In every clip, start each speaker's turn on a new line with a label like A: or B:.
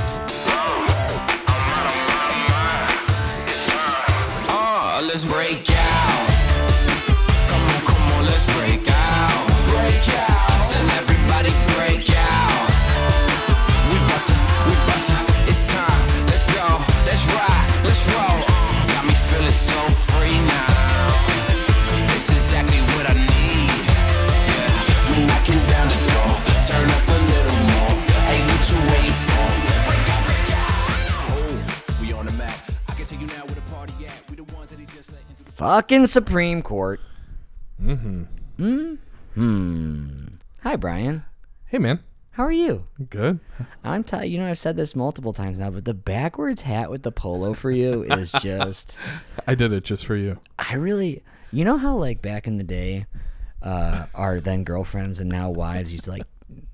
A: Uh,
B: Fucking Supreme Court. Mm-hmm. Mm-hmm. Hi, Brian.
C: Hey, man.
B: How are you?
C: Good.
B: I'm telling you know I've said this multiple times now, but the backwards hat with the polo for you is just
C: I did it just for you.
B: I really, you know how like back in the day, uh, our then girlfriends and now wives used to like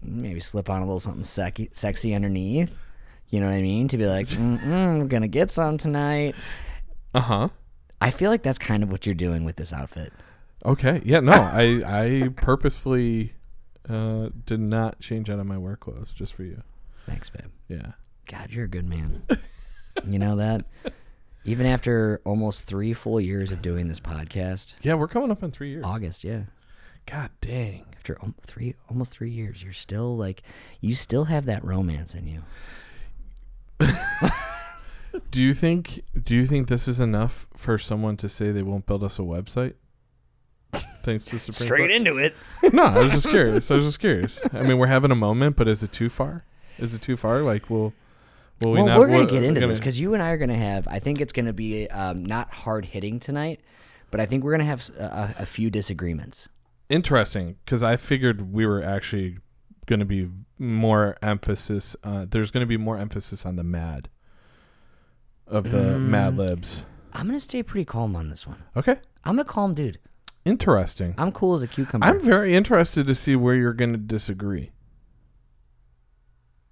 B: maybe slip on a little something sexy, sexy underneath. You know what I mean? To be like, Mm-mm, I'm gonna get some tonight.
C: Uh huh.
B: I feel like that's kind of what you're doing with this outfit.
C: Okay. Yeah. No, I I purposefully uh, did not change out of my work clothes just for you.
B: Thanks, babe.
C: Yeah.
B: God, you're a good man. you know that. Even after almost three full years of doing this podcast,
C: Yeah, we're coming up on three years.
B: August, yeah.
C: God dang.
B: After al- three, almost three years, you're still like, you still have that romance in you.
C: Do you think do you think this is enough for someone to say they won't build us a website? Thanks to Supreme Court?
B: into it.
C: No, I was just curious. I was just curious. I mean, we're having a moment, but is it too far? Is it too far? Like, will will we
B: well,
C: not?
B: we're gonna
C: will-
B: get
C: we're
B: into
C: gonna-
B: this because you and I are gonna have. I think it's gonna be um, not hard hitting tonight, but I think we're gonna have s- a, a- a few disagreements.
C: interesting because I figured we were actually going to be more emphasis. Uh, there's going to be more emphasis on the mad of the
B: Mm.
C: Mad Libs.
B: I'm gonna stay pretty calm on this one.
C: Okay,
B: I'm a calm dude.
C: interesting.
B: I'm cool as a cucumber.
C: I'm very interested to see where you're going to disagree.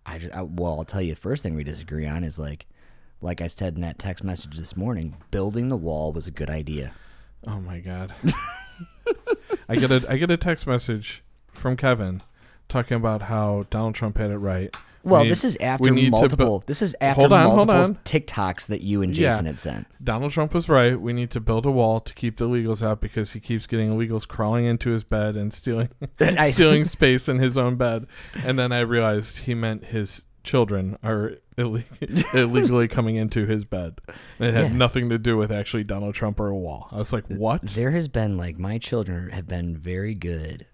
B: I, ju- I- well, I'll tell you. The first thing we disagree on is like, like I said in that text message this morning, building the wall was a good idea.
C: Oh my god. I get a I get a text message from Kevin talking about how Donald Trump had it right. We
B: Well,
C: need-
B: this is
C: we
B: after
C: need to
B: multiple.
C: bu-
B: this is after
C: Hold on, hold
B: multiple
C: on.
B: TikToks that you and
C: Yeah.
B: Jason had sent.
C: Donald Trump was right. We need to build a wall to keep the illegals out because he keeps getting illegals crawling into his bed and stealing
B: I-
C: stealing space in his own bed. And then I realized he meant his children are illeg- illegally coming into his bed. And it had
B: Yeah.
C: nothing to do with actually Donald Trump or a wall. I was like, "What?"
B: There has been like my children have been very good,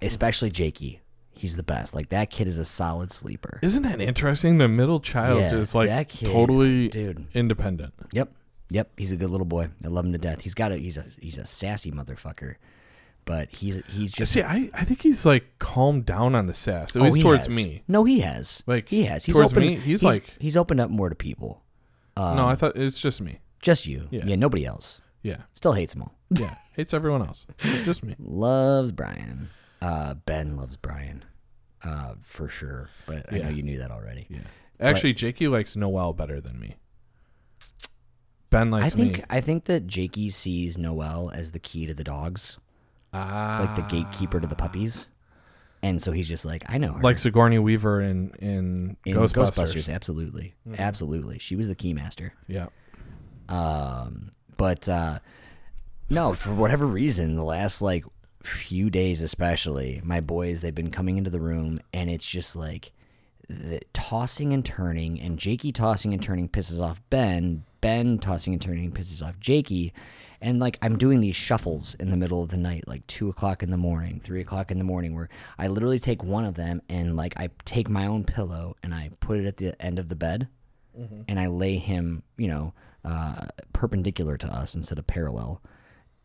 B: especially Jakey. He's the best. Like that kid is a solid sleeper.
C: Isn't that interesting? The middle child
B: Yeah,
C: is like
B: that kid,
C: totally
B: dude.
C: independent.
B: Yep, yep. He's a good little boy. I love him to death. He's got a he's a he's a sassy motherfucker, but he's he's just
C: See, I, I think he's like calmed down on the sass, at
B: oh,
C: least
B: he
C: towards
B: has.
C: me.
B: No, he has.
C: Like,
B: he has. He's
C: towards
B: opened,
C: me, he's like-
B: he's opened up more to people. Uh,
C: no, I thought it's just me.
B: Just you. Yeah.
C: Yeah.
B: nobody else.
C: Yeah.
B: Still hates him all.
C: Yeah. Hates everyone else. Just me.
B: Loves Brian. Uh, ben loves Brian, uh, for sure. But I know you knew that already.
C: Yeah. Actually, Jakey likes Noel better than me. Ben
B: I
C: likes
B: think
C: me.
B: I think that Jakey sees Noel as the key to the dogs,
C: Ah.
B: like the gatekeeper to the puppies, and so he's just like, I know her.
C: Like Sigourney Weaver in, in,
B: in
C: Ghostbusters. Mm.
B: absolutely, absolutely. She was the key master.
C: Yeah.
B: Um, but uh, no, for whatever reason, the last like few days, especially my boys, they've been coming into the room, and it's just like the tossing and turning, and Jakey tossing and turning pisses off Ben. Ben tossing and turning pisses off Jakey. And like I'm doing these shuffles in the middle of the night, like two o'clock in the morning, three o'clock in the morning, where I literally take one of them and like I take my own pillow and I put it at the end of the bed and I lay him, you know, uh, perpendicular to us instead of parallel.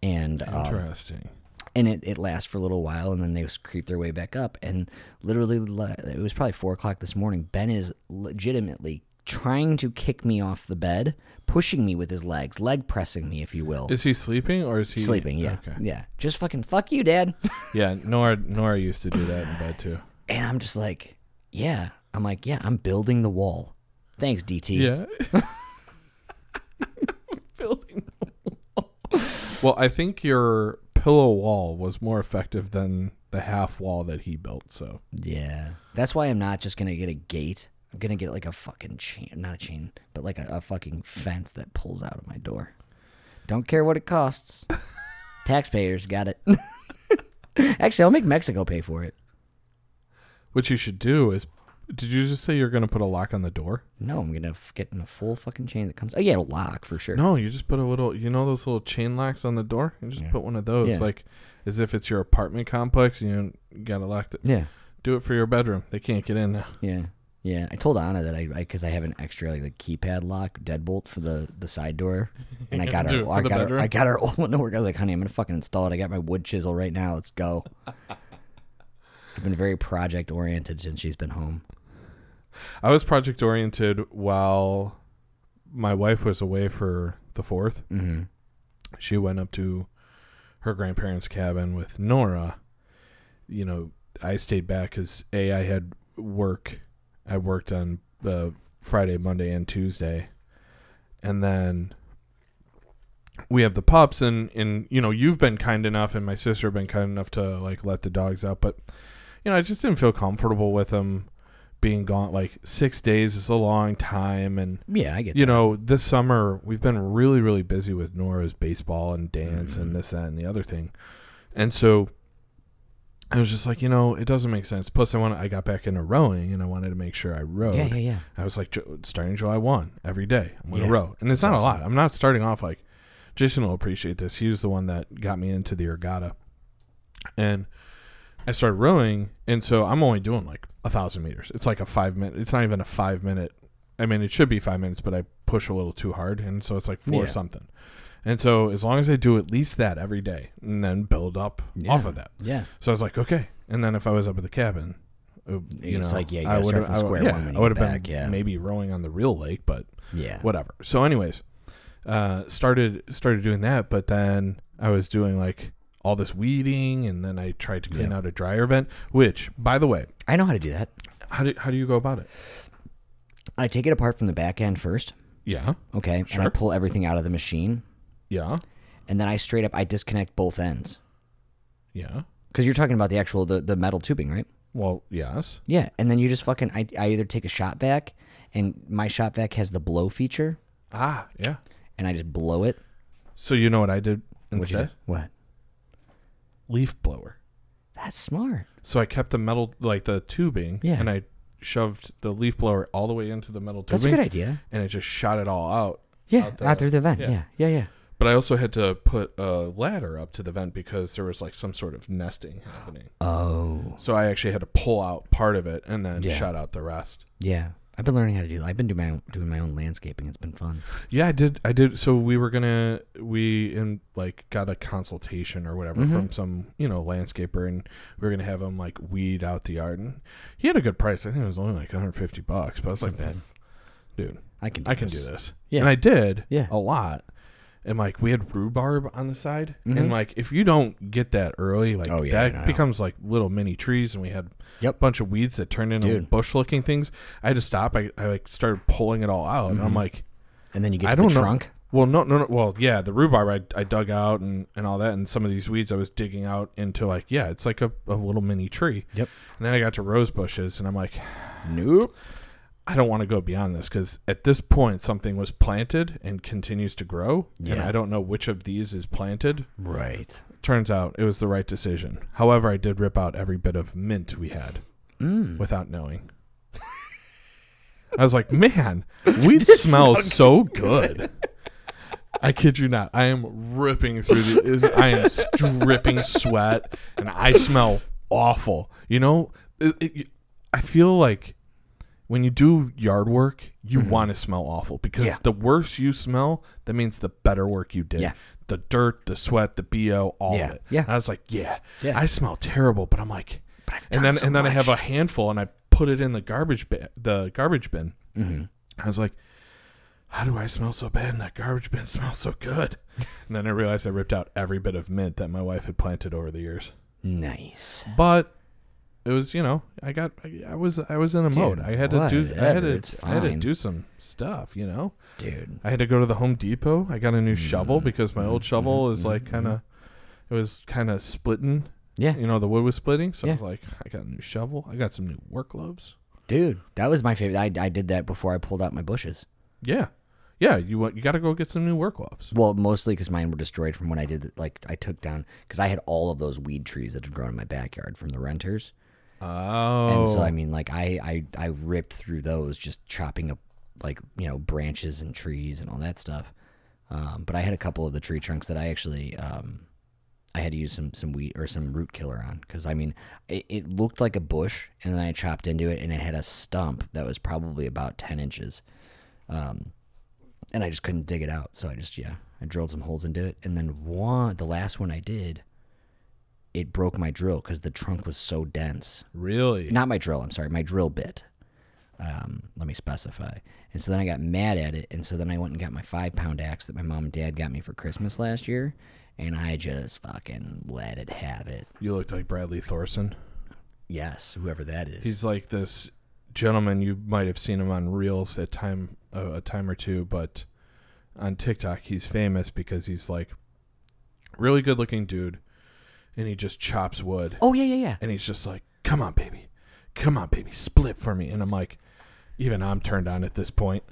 B: And um,
C: Interesting.
B: and it, it lasts for a little while, and then they s- creep their way back up. And literally, le- it was probably four o'clock this morning. Ben is legitimately trying to kick me off the bed, pushing me with his legs, leg pressing me, if you will.
C: Is he sleeping or is he
B: Sleeping, yeah,
C: Okay.
B: yeah. Just fucking fuck you, dad.
C: Yeah. Nora, Nora used to do that in bed too.
B: and I'm just like, yeah. I'm like, yeah. I'm building the wall. Thanks, DT.
C: Yeah. Building the wall. Well, I think your pillow wall was more effective than the half wall that he built. So
B: Yeah. That's why I'm not just going to get a gate. I'm going to get like a fucking chain, not a chain, but like a, a fucking fence that pulls out of my door. Don't care what it costs. Taxpayers got it. Actually, I'll make Mexico pay for it.
C: what you should do is, did you just say you're going to put a lock on the door?
B: No, I'm going to get in a full fucking chain that comes. Oh, yeah, a lock for sure.
C: No, you just put a little. You know those little chain locks on the door. You just put one of those,
B: Yeah.
C: like as if it's your apartment complex. And you got to lock it.
B: Yeah.
C: Do it for your bedroom. They can't get in now.
B: Yeah. Yeah, I told Anna that I because I, have an extra like, like keypad lock deadbolt for the the side door, and I got
C: Do it
B: her.
C: for
B: I
C: the
B: got her,
C: bedroom?
B: I got her old one to work. I was like, honey, I'm gonna fucking install it. I got my wood chisel right now. Let's go. I've been very project oriented since she's been home.
C: I was project oriented while my wife was away for the fourth.
B: hmm
C: She went up to her grandparents' cabin with Nora. You know, I stayed back because a I had work. I worked on uh, Friday, Monday, and Tuesday, and then we have the pups and and you know you've been kind enough and my sister been kind enough to like let the dogs out, but you know I just didn't feel comfortable with them being gone. Like six days is a long time, and
B: Yeah, I get.
C: you know, this summer we've been really, really busy with Nora's baseball and dance
B: Mm-hmm.
C: and this, that, and the other thing. And so I was just like, you know, it doesn't make sense. Plus, I want I got back into rowing and I wanted to make sure I rowed.
B: that. Yeah, yeah, yeah.
C: I was like, "Ju- starting July 1, every day, I'm going to
B: Yeah.
C: row. And it's not a lot. I'm not starting off like, Jason will appreciate this. He was the one that got me into the ergata. And I started rowing. And so I'm only doing like a thousand meters. It's like a five minute, it's not even a five minute. I mean, it should be five minutes, but I push a little too hard. And so it's like four
B: Yeah.
C: something. And so as long as I do at least that every day and then build up off of that.
B: Yeah,
C: So I was like, okay. And then if I was up at the cabin, uh, you
B: It's
C: know,
B: like, yeah, you
C: I
B: gotta
C: would
B: start
C: have
B: from square one when you
C: I would
B: get
C: have
B: back,
C: been
B: yeah.
C: maybe rowing on the real lake, but
B: yeah.
C: whatever. So, anyways, uh, started started doing that, but then I was doing like all this weeding, and then I tried to clean
B: Yeah.
C: out a dryer vent. Which, by the way,
B: I know how to do that.
C: how do how do you go about it?
B: I take it apart from the back end first.
C: Yeah,
B: Okay, and I
C: Sure.
B: pull everything out of the machine,
C: yeah,
B: and then I straight up I disconnect both ends
C: yeah.
B: because you're talking about the actual the, the metal tubing, right?
C: Well, yes.
B: Yeah, and then you just fucking I, I either take a shot vac, and my shot vac has the blow feature,
C: Ah, yeah.
B: and I just blow it.
C: So you know what I did
B: What'd you
C: instead?
B: do? What?
C: Leaf blower.
B: That's smart.
C: So I kept the metal like the tubing,
B: Yeah.
C: and I shoved the leaf blower all the way into the metal tubing.
B: That's a good idea.
C: and it just shot it all out.
B: Yeah,
C: Out
B: out,
C: the-
B: through the vent.
C: yeah.
B: Yeah, yeah, yeah.
C: But I also had to put a ladder up to the vent because there was like some sort of nesting happening.
B: Oh,
C: So I actually had to pull out part of it and then
B: Yeah.
C: shot out the rest.
B: yeah. I've been learning how to do. I've been doing my own, doing my own landscaping. It's been fun.
C: Yeah, I did. I did. So we were gonna we and like got a consultation or whatever
B: Mm-hmm.
C: from some you know landscaper, and we were gonna have him like weed out the yard. And he had a good price. I think it was only like 150 bucks. But I was like, dude,
B: I can. Do
C: I can
B: this.
C: do this.
B: Yeah.
C: And I did
B: Yeah.
C: a lot. And like we had rhubarb on the side. And like if you don't get that early, like
B: Mm-hmm. Oh, yeah,
C: that
B: I know.
C: becomes like little mini trees and we had a
B: Yep.
C: bunch of weeds that turned into
B: Dude.
C: bush looking things. I had to stop. I, I like started pulling it all out. And I'm like,
B: And then you get
C: I
B: to
C: don't
B: Mm-hmm. the
C: know.
B: trunk.
C: Well, no, no, no. Well, yeah, the rhubarb I, I dug out and, and all that, and some of these weeds I was digging out into like, yeah, it's like a, a little mini tree.
B: Yep.
C: And then I got to rose bushes, and I'm like,
B: Nope.
C: I don't want to go beyond this because at this point something was planted and continues to grow, and
B: Yeah.
C: I don't know which of these is planted.
B: Right.
C: Turns out it was the right decision. However, I did rip out every bit of mint we had without knowing. I was like, man, weed smells so good. I kid you not. I am ripping through the. is- I am dripping sweat, and I smell awful. You know, it, it, I feel like when you do yard work, you want to smell awful because
B: Yeah.
C: the worse you smell, that means the better work you did.
B: Yeah.
C: The dirt, the sweat, the bo, all
B: Yeah.
C: of it.
B: Yeah.
C: I was like, yeah,
B: Yeah.
C: I smell terrible, but I'm like,
B: But I've
C: and
B: done
C: then
B: so
C: and then I have a
B: much.
C: handful and I put it in the garbage bin. The garbage bin.
B: Mm-hmm.
C: I was like, how do I smell so bad and that garbage bin smells so good? and then I realized I ripped out every bit of mint that my wife had planted over the years.
B: Nice.
C: But it was, you know, I got, I, I was, I was in a mode. I had to do, I had
B: whatever,
C: to,
B: it's
C: I had to
B: fine.
C: do some stuff, you know.
B: Dude.
C: I had to go to the Home Depot. I got a
B: Mm-hmm.
C: new shovel because my old shovel is like kind of, it was kind of splitting.
B: Yeah.
C: You know, the wood was splitting. So I
B: Yeah.
C: was like, I got a new shovel. I got some new work gloves.
B: Dude, that was my favorite. I, I did that before I pulled out my bushes.
C: Yeah, yeah. You want, you got to go get some new work gloves.
B: Well, mostly because mine were destroyed from when I did, like, I took down, because I had all of those weed trees that had grown in my backyard from the renters.
C: Oh,
B: And so, I mean, like, I, I, I ripped through those just chopping up, like, you know, branches and trees and all that stuff. Um, but I had a couple of the tree trunks that I actually, um, I had to use some some wheat or some root killer on because I mean it, it looked like a bush, and then I chopped into it, and it had a stump that was probably about ten inches, um, and I just couldn't dig it out. So I just yeah, I drilled some holes into it, and then one the last one I did, it broke my drill because the trunk was so dense.
C: Really?
B: Not my drill. I'm sorry, my drill bit. Um, let me specify. And so then I got mad at it, and so then I went and got my five pound axe that my mom and dad got me for Christmas last year, and I just fucking let it have it.
C: You looked like Bradley Thorson.
B: Yes, whoever that is.
C: He's like this gentleman you might have seen him on reels at time uh, a time or two, but on TikTok he's famous because he's like really good looking dude, and he just chops wood,
B: oh yeah, yeah, yeah.
C: and he's just like, "Come on, baby, come on, baby, split for me." And I'm like, even I'm turned on at this point.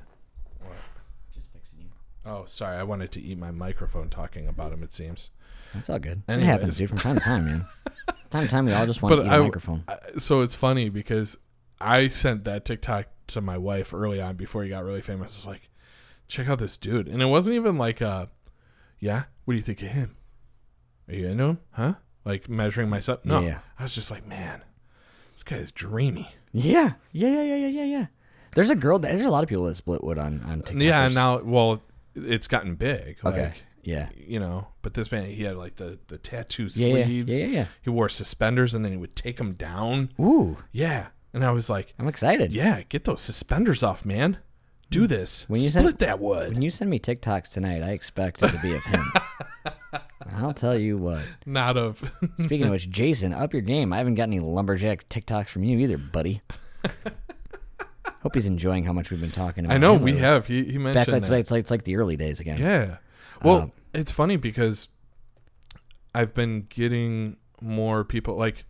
B: Just fixing you.
C: Oh, sorry, I wanted to eat my microphone talking about him. It seems.
B: That's all good.
C: Anyways.
B: It happens, dude, from time to time, man. time to time, we all just want
C: But
B: to eat
C: I-
B: a microphone.
C: I- so it's funny because I sent that TikTok to my wife early on before he got really famous. It's like, check out this dude, and it wasn't even like, uh, yeah, what do you think of him? Are you into him? Huh? Like measuring myself? No,
B: Yeah.
C: I was just like, man, this guy is dreamy.
B: Yeah, yeah, yeah, yeah, yeah, yeah, yeah. There's a girl. That, there's a lot of people that split wood on on TikTok.
C: Yeah, and now well, it's gotten big.
B: okay,
C: Like,
B: yeah,
C: you know, but this man, he had like the the tattoo
B: yeah, yeah,
C: sleeves.
B: yeah, yeah,
C: He wore suspenders, and then he would take them down.
B: yeah. Ooh,
C: Yeah, and I was like,
B: I'm excited.
C: Yeah, get those suspenders off, man. Do this.
B: Mm. When you
C: Split
B: said-
C: that wood.
B: When you send me TikToks tonight, I expect it to be of him. I'll tell you what.
C: Not of.
B: Speaking of which, Jason, up your game. I haven't got any lumberjack TikToks from you either, buddy. Hope he's enjoying how much we've been talking about.
C: I know
B: him
C: we
B: lately.
C: have. He, he
B: Back,
C: mentioned
B: that's
C: that.
B: it's like it's like the early days again. Um,
C: Yeah. Well, it's funny because I've been getting more people like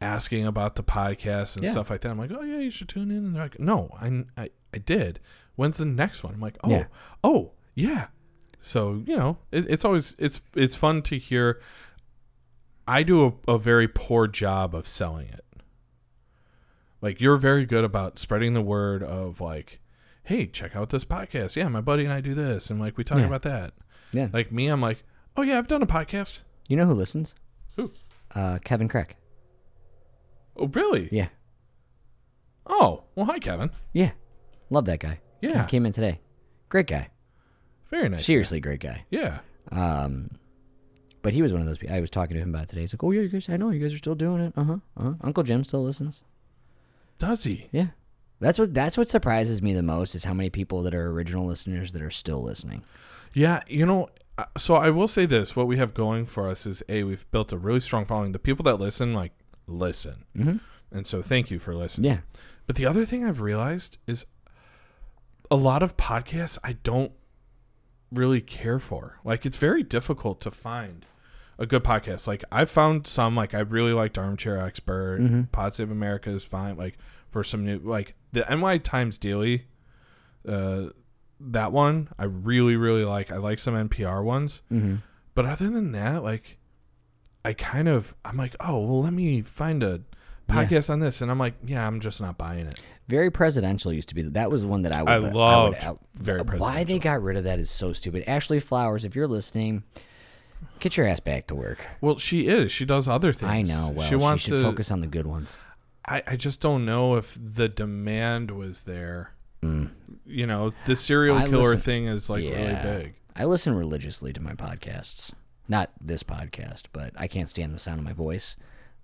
C: asking about the podcast and
B: Yeah.
C: stuff like that. I'm like, oh yeah, you should tune in. And they're like, no, I I, I did. When's the next one? I'm like, oh
B: Yeah.
C: oh yeah. So you know, it, it's always it's it's fun to hear. I do a, a very poor job of selling it. Like you're very good about spreading the word of like, hey, check out this podcast. Yeah, my buddy and I do this, and like we talk
B: Yeah.
C: about that.
B: Yeah.
C: Like me, I'm like, oh yeah, I've done a podcast.
B: You know who listens?
C: Who?
B: Uh, Kevin Craig.
C: Oh really?
B: Yeah.
C: Oh well, hi Kevin.
B: Yeah. Love that guy.
C: Yeah.
B: Came in today. Great guy.
C: Very nice.
B: Seriously, great guy.
C: Yeah.
B: Um, but he was one of those people I was talking to him about today. He's like, "Oh yeah, you guys, I know you guys are still doing it. Uh huh. Uh-huh. Uncle Jim still listens.
C: Does he?
B: Yeah, that's what that's what surprises me the most is how many people that are original listeners that are still listening.
C: Yeah, you know, uh, so I will say this: what we have going for us is a we've built a really strong following. The people that listen, like, listen, mm-hmm. and so thank you for listening.
B: Yeah,
C: But the other thing I've realized is a lot of podcasts I don't really care for. Like, it's very difficult to find a good podcast. Like, I found some like I really liked Armchair Expert, Pod Save America is fine. Like for some new like the NY Times Daily. Uh, that one I really really like. I like some NPR ones, but other than that, like I kind of I'm like, oh well, let me find a podcast on this, and I'm like, yeah, I'm just not buying it.
B: very presidential used to be that was one that I would
C: I
B: would
C: loved
B: out-
C: very
B: Why they got rid of that is so stupid. Ashley Flowers, if you're listening, get your ass back to work.
C: Well, she is. She does other things.
B: I know. Well,
C: she
B: she,
C: wants
B: should
C: to.
B: focus on the good ones.
C: I, I just don't know if the demand was there. You know, the serial
B: Mm. I
C: killer
B: listen-
C: thing is like
B: Yeah.
C: really big.
B: I listen religiously to my podcasts. Not this podcast, but I can't stand the sound of my voice.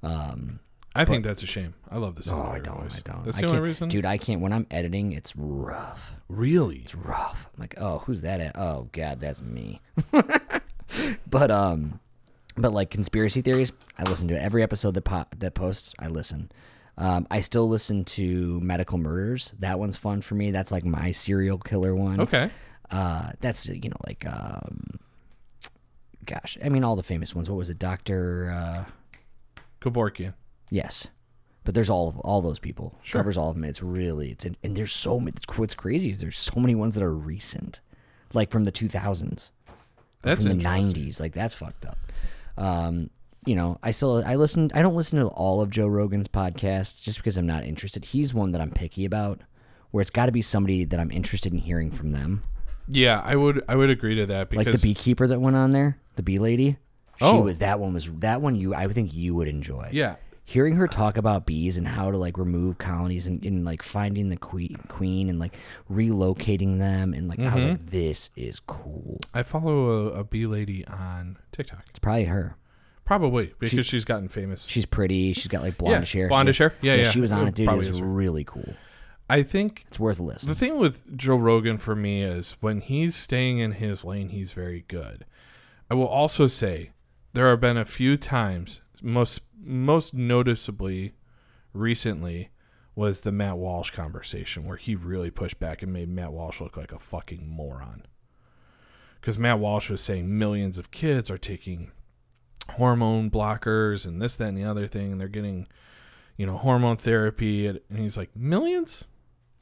B: Um,
C: I think that's a shame. I love this.
B: oh, I don't. I don't.
C: That's
B: I
C: the only
B: can't-
C: reason.
B: dude. I can't. When I'm editing, it's rough.
C: really?
B: It's rough. I'm like, oh, who's that? At? Oh, god, that's me. but um, but like conspiracy theories, I listen to every episode that po- that posts. I listen. Um, I still listen to Medical Murders. That one's fun for me. That's like my serial killer one.
C: Okay.
B: Uh, that's you know like um, gosh, I mean all the famous ones. What was it, Doctor? Uh,
C: Kevorkian.
B: Yes, but there's all of all those people
C: Sure.
B: covers all of them. It's really it's in, and there's so many. What's crazy is there's so many ones that are recent, like from the 2000s,
C: That's
B: from the
C: interesting.
B: 90s. Like that's fucked up. Um, you know, I still I listen. I don't listen to all of Joe Rogan's podcasts just because I'm not interested. He's one that I'm picky about, where it's got to be somebody that I'm interested in hearing from them,
C: Yeah, I would. I would agree to that
B: like
C: because
B: the beekeeper that went on there, the bee lady. She
C: Oh.
B: was that one was that one you I think you would enjoy.
C: Yeah.
B: Hearing her talk about bees and how to like remove colonies and, and like finding the queen, queen and like relocating them and like I was
C: Mm-hmm.
B: like this is cool.
C: I follow a, a bee lady on TikTok.
B: It's probably her.
C: Probably because she's gotten famous.
B: She's pretty. She's got like blondish hair.
C: blondish hair. Yeah, yeah.
B: She was on
C: It
B: it, dude. It
C: probably
B: was
C: is her.
B: really cool.
C: I think
B: It's worth a listen.
C: the thing with Joe Rogan for me is when he's staying in his lane, he's very good. I will also say there have been a few times, most most noticeably recently, was the Matt Walsh conversation where he really pushed back and made Matt Walsh look like a fucking moron. Because Matt Walsh was saying millions of kids are taking hormone blockers and this, that, and the other thing, and they're getting, you know, hormone therapy. And and he's like, millions?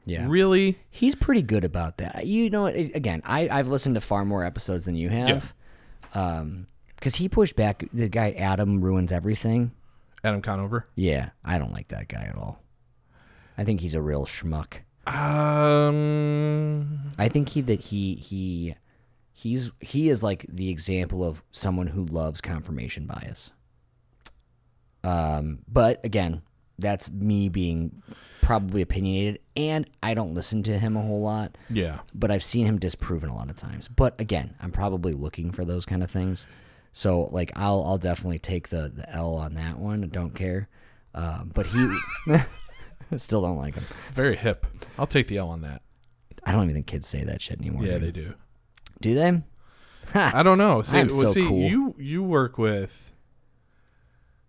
B: Yeah.
C: Really?
B: He's pretty good about that. You know, what, again, I, I've listened to far more episodes than you have. Um 'cause because he pushed back the guy Adam ruins everything.
C: Adam Conover.
B: Yeah, I don't like that guy at all. I think he's a real schmuck.
C: Um,
B: I think he that he he he's he is like the example of someone who loves confirmation bias. Um, but again, that's me being probably opinionated, and I don't listen to him a whole lot.
C: yeah,
B: but I've seen him disproven a lot of times. But again, I'm probably looking for those kind of things. So like I'll I'll definitely take the the L on that one. I don't care. Um, but he still don't like him.
C: very hip. I'll take the L on that.
B: I don't even think kids say that shit anymore.
C: Yeah,
B: dude.
C: they do.
B: do they? Ha.
C: I don't know. See,
B: I'm
C: well,
B: so
C: see,
B: cool.
C: you you work with.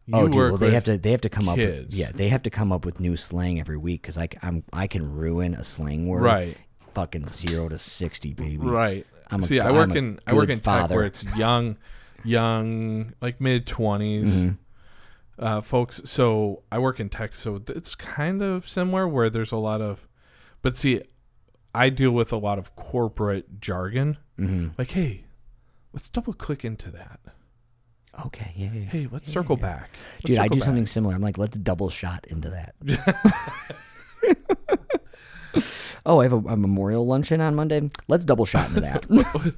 C: You
B: oh, dude. Well, they
C: with-
B: have to they have to come up. With,
C: kids.
B: yeah, they have to come up with new slang every week because I c- I'm I can ruin a slang word.
C: Right.
B: Fucking zero to sixty, baby.
C: right.
B: I'm a
C: see, I
B: g-
C: work
B: I'm a
C: in I work
B: good
C: in tech
B: father.
C: where it's young, young like mid 20s
B: Mm-hmm.
C: uh, folks. So I work in tech, so th- it's kind of similar where there's a lot of, but see, I deal with a lot of corporate jargon.
B: Mm-hmm.
C: Like, hey, let's double click into that.
B: Okay. Yeah. yeah, yeah.
C: Hey, let's circle back. Let's
B: Dude, I
C: circle
B: do
C: back.
B: something similar. I'm like, let's double shot into that. oh, I have a, a memorial luncheon on Monday. Let's double shot into that.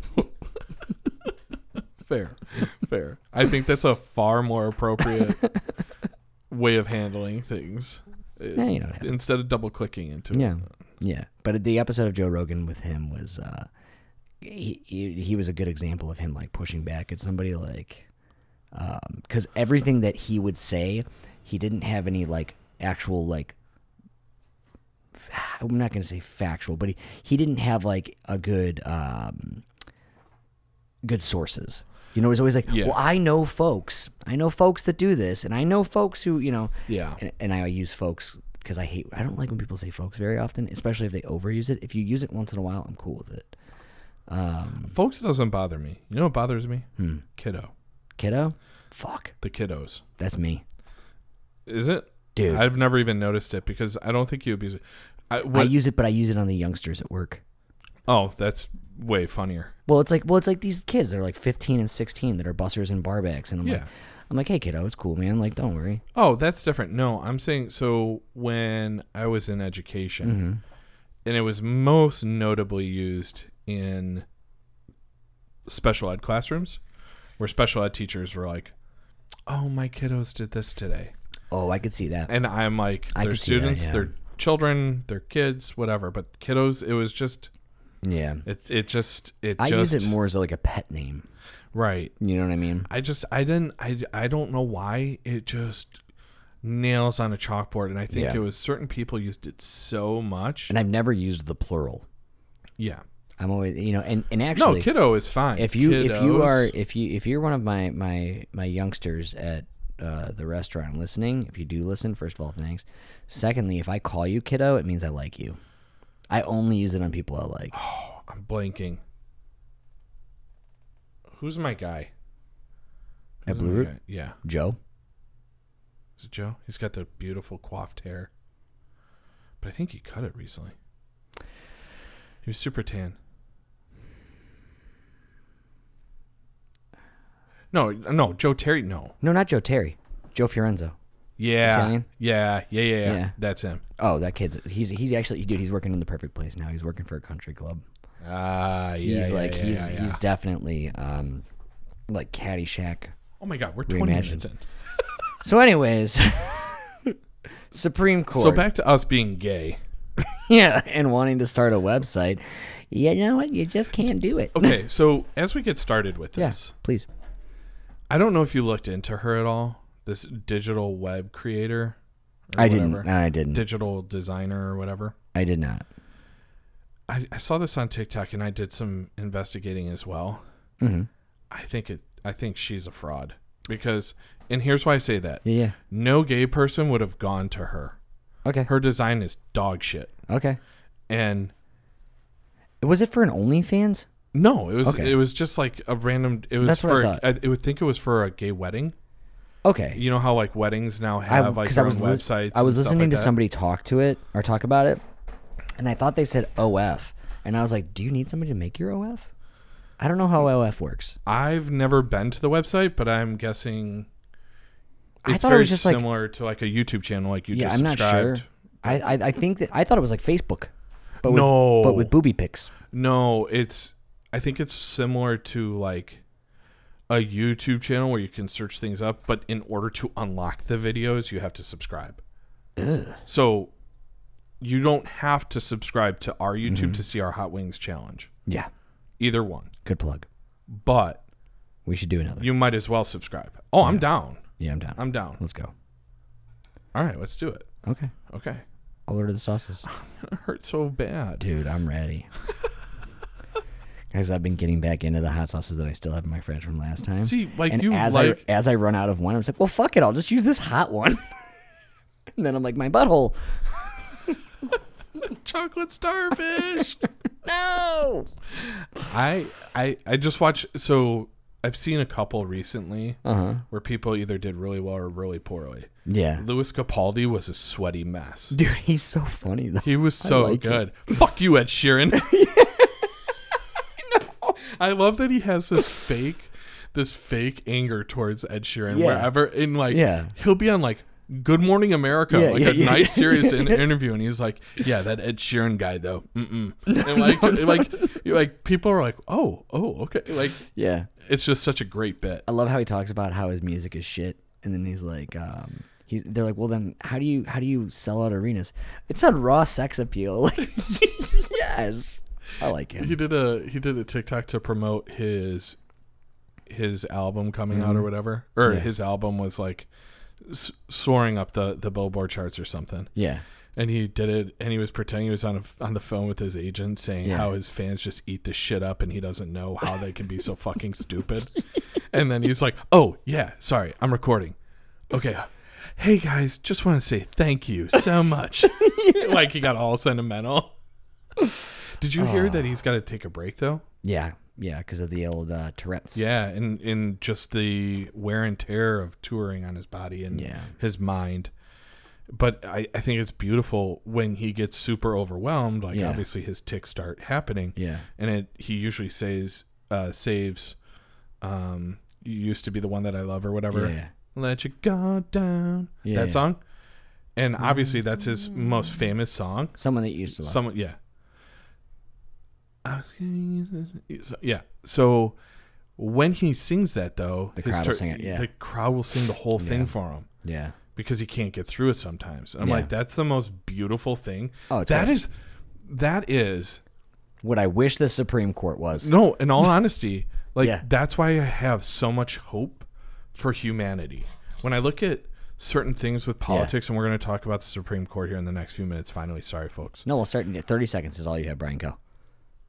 C: Fair, fair. I think that's a far more appropriate way of handling things. It-
B: Yeah, you know what happens.
C: instead of double clicking into it.
B: yeah, yeah. But the episode of Joe Rogan with him was, uh, he, he he was a good example of him like pushing back at somebody like, because everything that he would say, he didn't have any like actual like. I'm not gonna say factual, but he, he didn't have like a good um, good sources. You know, he's always like,
C: Yeah.
B: "Well, I know folks. I know folks that do this, and I know folks who, you know."
C: Yeah.
B: And, and I use folks because I hate. I don't like when people say folks very often, especially if they overuse it. If you use it once in a while, I'm cool with it. Um,
C: Folks doesn't bother me. You know what bothers me?
B: Hmm.
C: Kiddo.
B: kiddo, fuck,
C: The kiddos.
B: that's me,
C: Is it?
B: dude. I,
C: I've never even noticed it because I don't think you abuse it. I, what,
B: use it, but I use it on the youngsters at work.
C: oh, that's way funnier.
B: Well, it's like well, it's like these kids that are like 15 and 16 that are bussers and barbacks, and I'm like,
C: Yeah.
B: I'm like, hey kiddo, it's cool, man. Like, don't worry.
C: Oh, that's different. No, I'm saying so when I was in education,
B: Mm-hmm.
C: and it was most notably used in special ed classrooms where special ed teachers were like, oh, my kiddos did this today.
B: Oh, I could see that.
C: And I'm like,
B: I
C: they're
B: could see that,
C: students,
B: yeah.
C: they're children, they're kids, whatever. But kiddos, it was just,
B: Yeah,
C: it, it just, it
B: I
C: just,
B: use it more as like a pet name.
C: right.
B: You know what I mean?
C: I just I didn't I I don't know why it just nails on a chalkboard and I think
B: Yeah.
C: it was certain people used it so much.
B: And I've never used the plural.
C: yeah.
B: I'm always, you know, and and
C: No,
B: actually,
C: kiddo is fine.
B: if you if you
C: Kiddos-
B: are if you if you're one of my my my youngsters at uh, the restaurant listening, if you do listen, first of all, thanks. Secondly, if I call you kiddo, it means I like you. I only use it on people I like.
C: I'm blanking. Who's my guy?
B: At
C: Who's
B: Blue
C: my
B: Root,
C: guy? Yeah.
B: Joe.
C: Is it Joe? He's got the beautiful coiffed hair. But I think he cut it recently. He was super tan. No, no, Joe Terry, no.
B: No, not Joe Terry. Joe Fiorenzo.
C: Yeah.
B: Italian?
C: Yeah, yeah, yeah, yeah.
B: Yeah.
C: That's him.
B: Oh, that kid's he's he's actually dude. He's working in the perfect place now. He's working for a country club.
C: Ah, yeah.
B: He's
C: yeah,
B: like
C: yeah,
B: he's
C: yeah, yeah.
B: he's definitely um like Caddyshack
C: Oh my god, we're twenty
B: Reimagine.
C: minutes in.
B: So, anyways, Supreme Court.
C: So back to us being gay.
B: yeah, and wanting to start a website. You know what? You just can't do it.
C: Okay, so as we get started with
B: Yeah,
C: this,
B: please.
C: I don't know if you looked into her at all. This digital web creator. or
B: I didn't.
C: whatever,
B: No, I didn't.
C: Digital designer or whatever.
B: I did not.
C: I, I saw this on TikTok and I did some investigating as well.
B: hmm
C: I think it. I think she's a fraud because, and here's why I say that.
B: Yeah.
C: No gay person would have gone to her.
B: Okay.
C: Her design is dog shit.
B: Okay.
C: And
B: Was it for an OnlyFans?
C: no, it was
B: Okay.
C: it was just like a random. It was
B: That's what I
C: for.
B: thought.
C: I, I would think it was for a gay wedding.
B: Okay.
C: You know how like weddings now
B: I-
C: have like
B: 'cause
C: their
B: I was
C: own
B: lis-
C: websites.
B: I was
C: and stuff
B: listening
C: like
B: to
C: that.
B: somebody talk to it or talk about it, and I thought they said OF, and I was like, "Do you need somebody to make your OF?" I don't know how OF works.
C: I've never been to the website, but I'm guessing
B: I
C: it's
B: thought it
C: very
B: was just, like-
C: similar to like a YouTube channel, like you
B: yeah,
C: just
B: I'm not
C: subscribed.
B: sure. I, I I think that I thought it was like Facebook, but with,
C: No.
B: but with booby pics.
C: No, it's I think it's similar to like a YouTube channel where you can search things up, but in order to unlock the videos, you have to subscribe. So you don't have to subscribe to our YouTube
B: Mm-hmm.
C: to see our Hot Wings challenge.
B: Yeah,
C: Either one.
B: good plug.
C: But
B: We should do another.
C: you might as well subscribe. Oh, I'm down.
B: yeah, I'm down.
C: I'm down.
B: Let's go.
C: All right, let's do it.
B: Okay,
C: Okay.
B: I'll order the sauces,
C: It hurts so bad.
B: dude. I'm ready. Guys, I've been getting back into the hot sauces that I still have in my fridge from last time.
C: See, like
B: And
C: you
B: as
C: like
B: I as I run out of one, I'm just like, well, fuck it, I'll just use this hot one. and then I'm like, my butthole.
C: chocolate starfish.
B: No.
C: I I I just watch so I've seen a couple recently
B: Uh huh.
C: where people either did really well or really poorly.
B: Yeah,
C: Louis Capaldi was a sweaty mess.
B: dude, he's so funny though.
C: He was so
B: like
C: good. Fuck you, Ed Sheeran. I love that he has this fake this fake anger towards Ed Sheeran
B: Yeah.
C: wherever in like
B: Yeah.
C: he'll be on like Good Morning America,
B: Yeah,
C: like
B: yeah,
C: a
B: yeah,
C: nice
B: yeah.
C: serious in- interview, and he's like, "Yeah, that Ed Sheeran guy though." Mm-mm. And like, like, you're like people are like, "Oh, oh, okay." Like,
B: Yeah,
C: it's just such a great bit.
B: I love how he talks about how his music is shit, and then he's like, um, he's they're like, well, then how do you how do you sell out arenas? It's on raw sex appeal. Like, yes, I like him.
C: He did a he did a TikTok to promote his his album coming out or whatever, or his album was like s- soaring up the the Billboard charts or something.
B: Yeah,
C: And he did it, and he was pretending he was on a, on the phone with his agent, saying how his fans just eat the shit up, and he doesn't know how they can be so fucking stupid. And then he's like, "Oh yeah, sorry, I'm recording. Okay, hey guys, just want to say thank you so much." like he got all sentimental. Did you hear that he's got to take a break though?
B: yeah, yeah, because of the old uh, Tourette's.
C: Yeah, and and just the wear and tear of touring on his body and
B: Yeah.
C: his mind. But I, I think it's beautiful when he gets super overwhelmed, like
B: Yeah.
C: obviously his ticks start happening.
B: Yeah.
C: And it he usually says uh saves um you used to be the one that I love or whatever.
B: Yeah.
C: Let you go down.
B: Yeah, Mm.
C: that
B: yeah.
C: song. And obviously that's his most famous song.
B: Someone that you used to love.
C: Someone, yeah. I was gonna use- so- Yeah. So when he sings that, though, the
B: crowd will sing it, yeah.
C: the crowd will sing the whole thing for him
B: yeah.
C: because he can't get through it sometimes. I'm
B: Yeah.
C: like, that's the most beautiful thing.
B: Oh,
C: that
B: totally.
C: is, that is
B: What I wish the Supreme Court was.
C: no. In all honesty, like
B: Yeah.
C: that's why I have so much hope for humanity. When I look at certain things with politics, and we're going to talk about the Supreme Court here in the next few minutes. Finally, sorry, folks.
B: No, we'll start in 30 seconds is all you have, Brian. Go.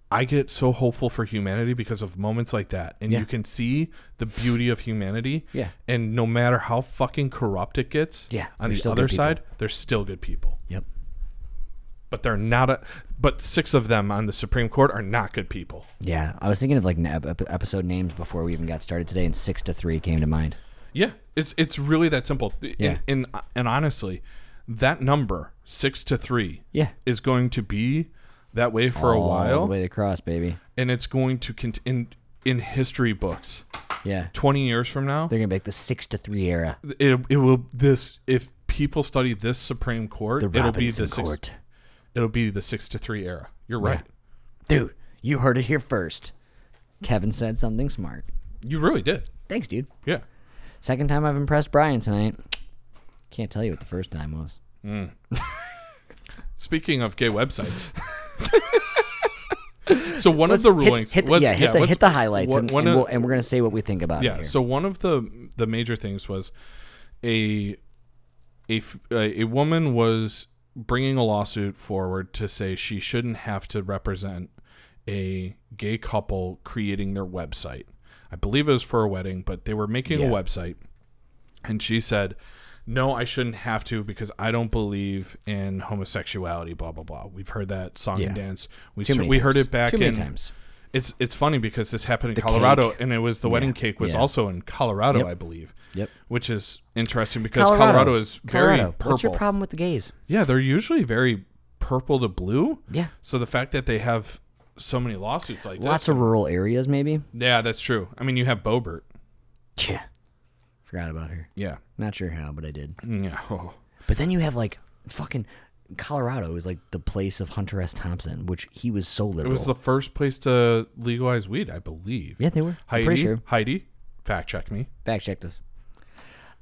C: I get so hopeful for humanity because of moments like that. And
B: Yeah.
C: you can see the beauty of humanity.
B: Yeah.
C: And no matter how fucking corrupt it gets,
B: Yeah,
C: on
B: there's
C: the
B: still
C: other
B: good people.
C: side, they're still good people.
B: Yep.
C: But they're not a, but six of them on the Supreme Court are not good people.
B: Yeah, I was thinking of like ep- ep- episode names before we even got started today, and six to three came to mind.
C: Yeah. It's it's really that simple.
B: Yeah.
C: And, and and honestly, that number, 6 to 3,
B: Yeah.
C: is going to be that way for a
B: All
C: while
B: the way across, baby.
C: and it's going to cont- in in history books
B: Yeah,
C: 20 years from now.
B: they're gonna be like the six to three era,
C: it, it will this if people study this Supreme Court,
B: the
C: it'll
B: Robinson
C: be the six,
B: Court.
C: it'll be the six to three era. You're right.
B: Dude, you heard it here first. Kevin said something smart.
C: You really did.
B: Thanks, dude.
C: Yeah.
B: Second time I've impressed Brian tonight. Can't tell you what the first time was.
C: Speaking of gay websites. so one of the
B: Hit-
C: rulings
B: hit, the-
C: let's-
B: yeah, hit, the,
C: let's-
B: hit the highlights,
C: one-
B: and,
C: one
B: and
C: of-
B: we'll, and we're gonna say what we think about it.
C: yeah
B: Here.
C: so one of the the major things was a a f- a a woman was bringing a lawsuit forward to say she shouldn't have to represent a gay couple creating their website i believe it was for a wedding but they were making a
B: Yeah.
C: website and she said no i shouldn't have to because i don't believe in homosexuality blah blah blah we've heard that song and
B: Yeah.
C: dance we,
B: Too
C: cer-
B: many
C: we heard
B: times.
C: it back
B: Too
C: in
B: many times.
C: it's it's funny because this happened in Colorado,
B: cake.
C: and it was the wedding cake was
B: yeah.
C: also in Colorado,
B: Yep.
C: I believe.
B: Yep.
C: Which is interesting because Colorado, is very
B: Colorado.
C: purple.
B: What's your problem with the gays?
C: Yeah, they're usually very purple to blue.
B: Yeah,
C: So the fact that they have so many lawsuits like
B: lots
C: this,
B: of rural areas, maybe.
C: yeah, that's true. I mean, you have Bobert.
B: Yeah, forgot about her.
C: Yeah.
B: Not sure how, but I did.
C: Yeah. Oh.
B: But then you have like fucking Colorado is like the place of Hunter S. Thompson, which he was so
C: It
B: liberal.
C: was the first place to legalize weed, I believe.
B: yeah, they were. I'm
C: Heidi,
B: pretty sure.
C: Heidi, fact check me.
B: Fact check this.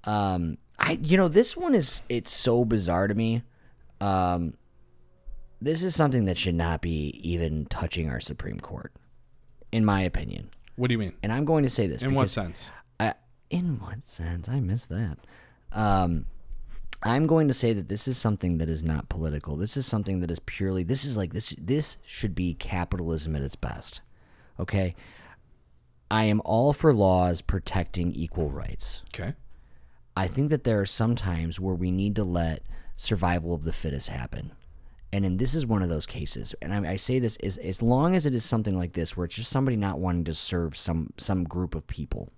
B: Um, I you know this one is it's so bizarre to me. Um, this is something that should not be even touching our Supreme Court, in my opinion.
C: What do you mean?
B: And I'm going to say this
C: In
B: because
C: what sense?
B: I, in what sense? I missed that. Um, I'm going to say that this is something that is not political. This is something that is purely. This is like this. This should be capitalism at its best. Okay. I am all for laws protecting equal rights.
C: Okay.
B: I think that there are some times where we need to let survival of the fittest happen. And, and this is one of those cases. And I, I say this is as long as it is something like this, where it's just somebody not wanting to serve some some group of people.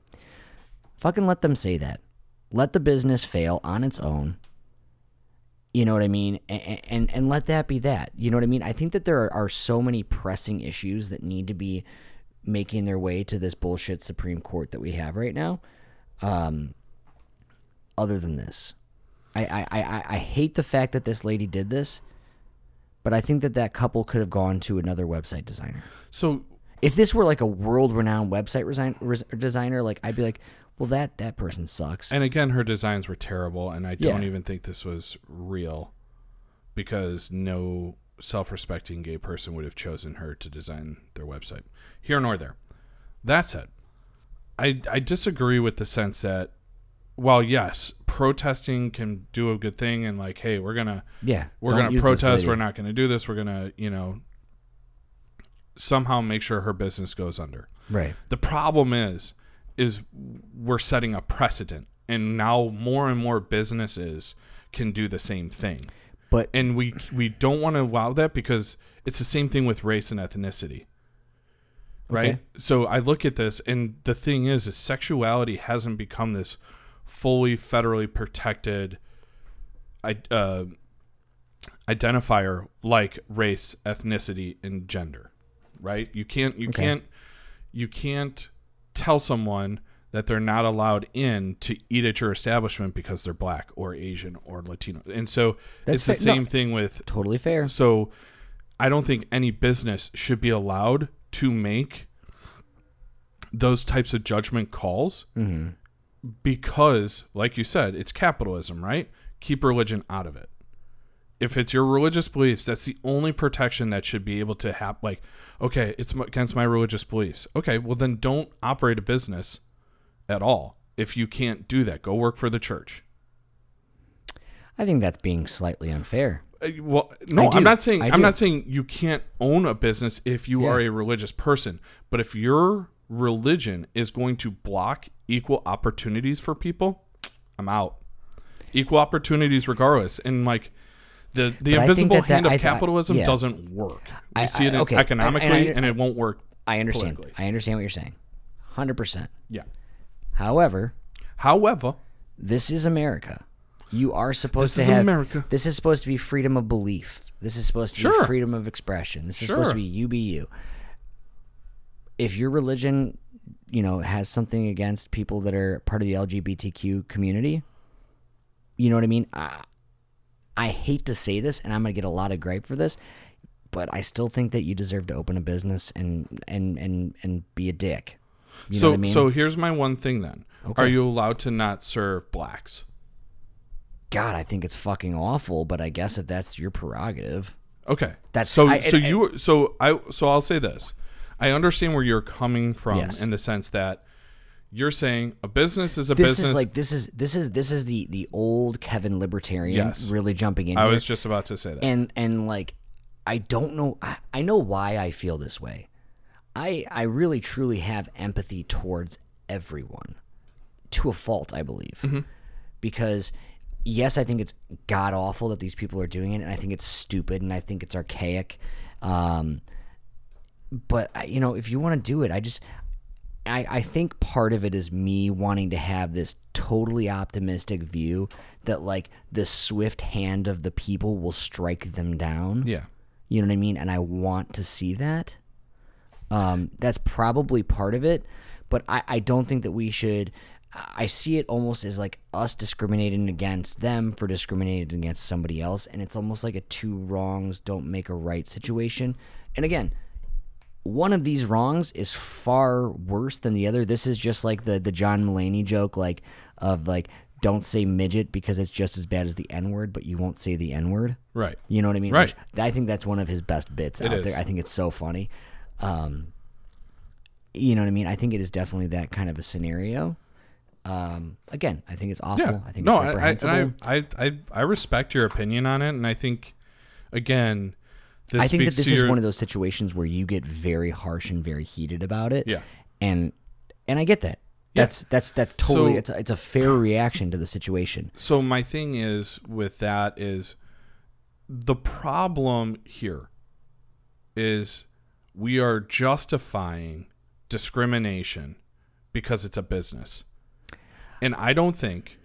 B: Fucking let them say that. Let the business fail on its own. You know what I mean? And, and and let that be that. You know what I mean? I think that there are, are so many pressing issues that need to be making their way to this bullshit Supreme Court that we have right now other than this. I, I, I, I- I hate the fact that this lady did this, but I think that that couple could have gone to another website designer.
C: So
B: If this were like a world renowned website resign, res, designer, like I'd be like, well, that, that person sucks.
C: And again, her designs were terrible, and I don't
B: Yeah.
C: even think this was real because no self respecting gay person would have chosen her to design their website. Here nor there. That said, I, I disagree with the sense that, while yes, protesting can do a good thing, and like, hey, we're going to
B: yeah.
C: we're
B: don't
C: going to
B: use this
C: protest.
B: lady.
C: We're not going to do this. We're going to, you know, somehow make sure her business goes under.
B: Right.
C: The problem is, is we're setting a precedent, and now more and more businesses can do the same thing,
B: But
C: and we we don't want to allow that because it's the same thing with race and ethnicity, right?
B: Okay.
C: So I look at this, and the thing is, is sexuality hasn't become this fully federally protected, I. Uh, identifier like race, ethnicity, and gender, right? You can't you can't you can't tell someone that they're not allowed in to eat at your establishment because they're black or Asian or Latino. And so
B: That's
C: it's the
B: fair- no.
C: same thing with
B: totally fair.
C: so I don't think any business should be allowed to make those types of judgment calls because, like you said, it's capitalism, right? Keep religion out of it. If it's your religious beliefs, that's the only protection that should be able to happen. Like, okay, it's m- against my religious beliefs. Okay, well, then don't operate a business at all. If you can't do that, go work for the church.
B: I think that's being slightly unfair.
C: Uh, well no
B: do.
C: i'm not saying
B: I
C: i'm
B: do.
C: not saying you can't own a business if you are a religious person but if your religion is going to block equal opportunities for people i'm out equal opportunities regardless and like the, the
B: But I think
C: invisible
B: that that-
C: hand of
B: I th- I-
C: capitalism
B: yeah.
C: doesn't work. We
B: I-
C: see it
B: I-
C: in-
B: okay, I- and I-
C: economically, and, it won't work.
B: I understand.
C: Politically.
B: I understand what you're saying. 100%.
C: Yeah.
B: However,
C: However,
B: this is America. You are supposed
C: This
B: to
C: is
B: have
C: America.
B: This is supposed to be freedom of belief. This is supposed to
C: Sure.
B: be freedom of expression. This is supposed
C: Sure.
B: to be you be you. If your religion, you know, has something against people that are part of the LGBTQ community, you know what I mean? I, I hate to say this and I'm going to get a lot of gripe for this, but I still think that you deserve to open a business and and and and be a dick. You
C: so
B: know what I mean?
C: so here's my one thing then.
B: Okay.
C: Are you allowed to not serve blacks?
B: God, I think it's fucking awful, but I guess if that's your prerogative.
C: Okay.
B: That's-
C: so.
B: I-
C: so
B: I-
C: you. So I. So I'll say this. I understand where you're coming from
B: Yes.
C: in the sense that you're saying a business is a
B: This
C: business.
B: is like this is this is this is the the old Kevin libertarian
C: Yes.
B: really jumping in
C: I
B: here.
C: was just about to say that.
B: and and like I don't know I, I know why I feel this way. I I really truly have empathy towards everyone to a fault, I believe. Because yes, I think it's god awful that these people are doing it and I think it's stupid and I think it's archaic. Um but I- you know, if you want to do it, I just I, I think part of it is me wanting to have this totally optimistic view that like the swift hand of the people will strike them down.
C: yeah.
B: You know what I mean? And I want to see that. Um, that's probably part of it, but I, I don't think that we should. I see it almost as like us discriminating against them for discriminating against somebody else, and it's almost like a two wrongs don't make a right situation. And again, one of these wrongs is far worse than the other. This is just like the the John Mulaney joke, like of like don't say midget because it's just as bad as the N word, but you won't say the N word.
C: Right.
B: You know what I mean?
C: Right.
B: Which- I think that's one of his best bits out
C: is.
B: there. I think it's so funny. Um, you know what I mean? I think it is definitely that kind of a scenario. Um, again, I think it's awful.
C: Yeah.
B: I think
C: no,
B: it's
C: I, I,
B: reprehensible.
C: and I, I, I, I respect your opinion on it, and I think, again, this
B: I think that
C: speaks
B: this
C: to
B: is
C: your,
B: one of those situations where you get very harsh and very heated about it.
C: Yeah.
B: And and I get that. That's that's that's totally
C: So-
B: it's a, it's a fair reaction to the situation.
C: So my thing is with that is the problem here is we are justifying discrimination because it's a business. And I don't think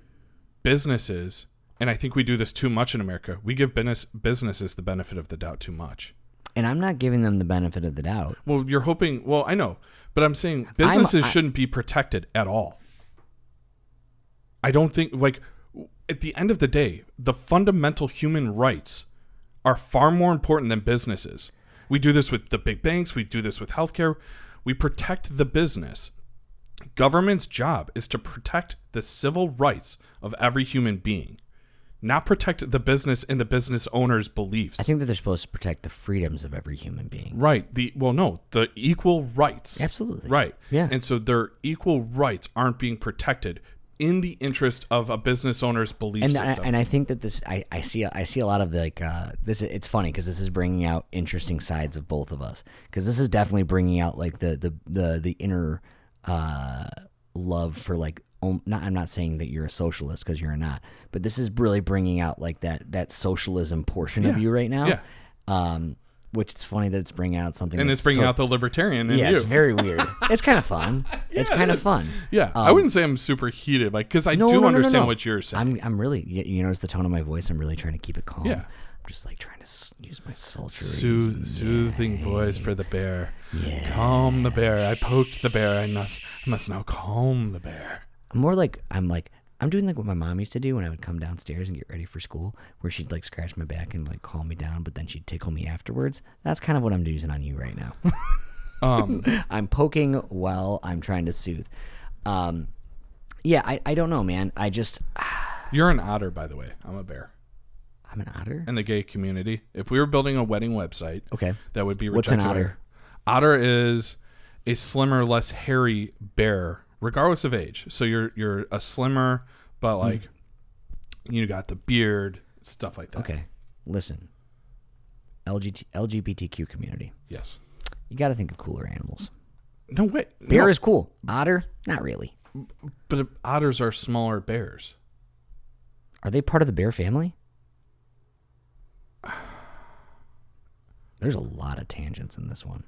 C: businesses and I think we do this too much in America. We give business businesses the benefit of the doubt too much.
B: And I'm not giving them the benefit of the doubt.
C: Well, you're hoping, well, I know, but I'm saying businesses
B: I-
C: shouldn't be protected at all. I don't think, like, w- at the end of the day, the fundamental human rights are far more important than businesses. We do this with the big banks, we do this with healthcare. We protect the business. Government's job is to protect the civil rights of every human being, not protect the business and the business owner's beliefs.
B: I think that they're supposed to protect the freedoms of every human being.
C: right. The well, no, the equal rights.
B: Absolutely.
C: Right.
B: Yeah.
C: And so their equal rights aren't being protected in the interest of a business owner's belief
B: and I,
C: system.
B: and I think that this I, I see I see a lot of like uh, this it's funny because this is bringing out interesting sides of both of us because this is definitely bringing out like the the the, the inner uh, love for like um, not I'm not saying that you're a socialist because you're not but this is really bringing out like that that socialism portion of
C: Yeah.
B: you right now
C: Yeah.
B: um, which it's funny that it's bringing out something
C: And
B: that's
C: it's bringing
B: so-
C: out the libertarian in
B: yeah
C: you.
B: it's very weird it's kind of fun it's kind of fun
C: yeah. I wouldn't say I'm super heated, like, because I
B: um, No,
C: do
B: no, no, no,
C: understand
B: no.
C: what you're saying.
B: I'm I'm really you, you notice the tone of my voice. I'm really trying to keep it calm.
C: Yeah.
B: I'm just like trying to s- use my sultry.
C: Sooth- soothing voice for the bear. Calm the bear. I poked the bear. I must, I must now calm the bear.
B: I'm more like I'm like I'm doing like what my mom used to do when I would come downstairs and get ready for school, where she'd like scratch my back and like calm me down, but then she'd tickle me afterwards. That's kind of what I'm using on you right now.
C: Um,
B: I'm poking while I'm trying to soothe. Um, yeah, I, I don't know, man. I just
C: you're an otter, by the way. I'm a bear.
B: I'm an otter.
C: In the gay community, if we were building a wedding website,
B: Okay,
C: that would be
B: What's an
C: rejected.
B: otter?
C: Otter is a slimmer, less hairy bear, regardless of age. So you're you're a slimmer, but
B: Hmm.
C: like you got the beard, stuff like that.
B: okay. Listen, LGBT, LGBTQ community,
C: Yes.
B: you got to think of cooler animals.
C: No way.
B: Bear
C: No,
B: is cool. Otter, not really.
C: but otters are smaller bears.
B: Are they part of the bear family? There's a lot of tangents in this one.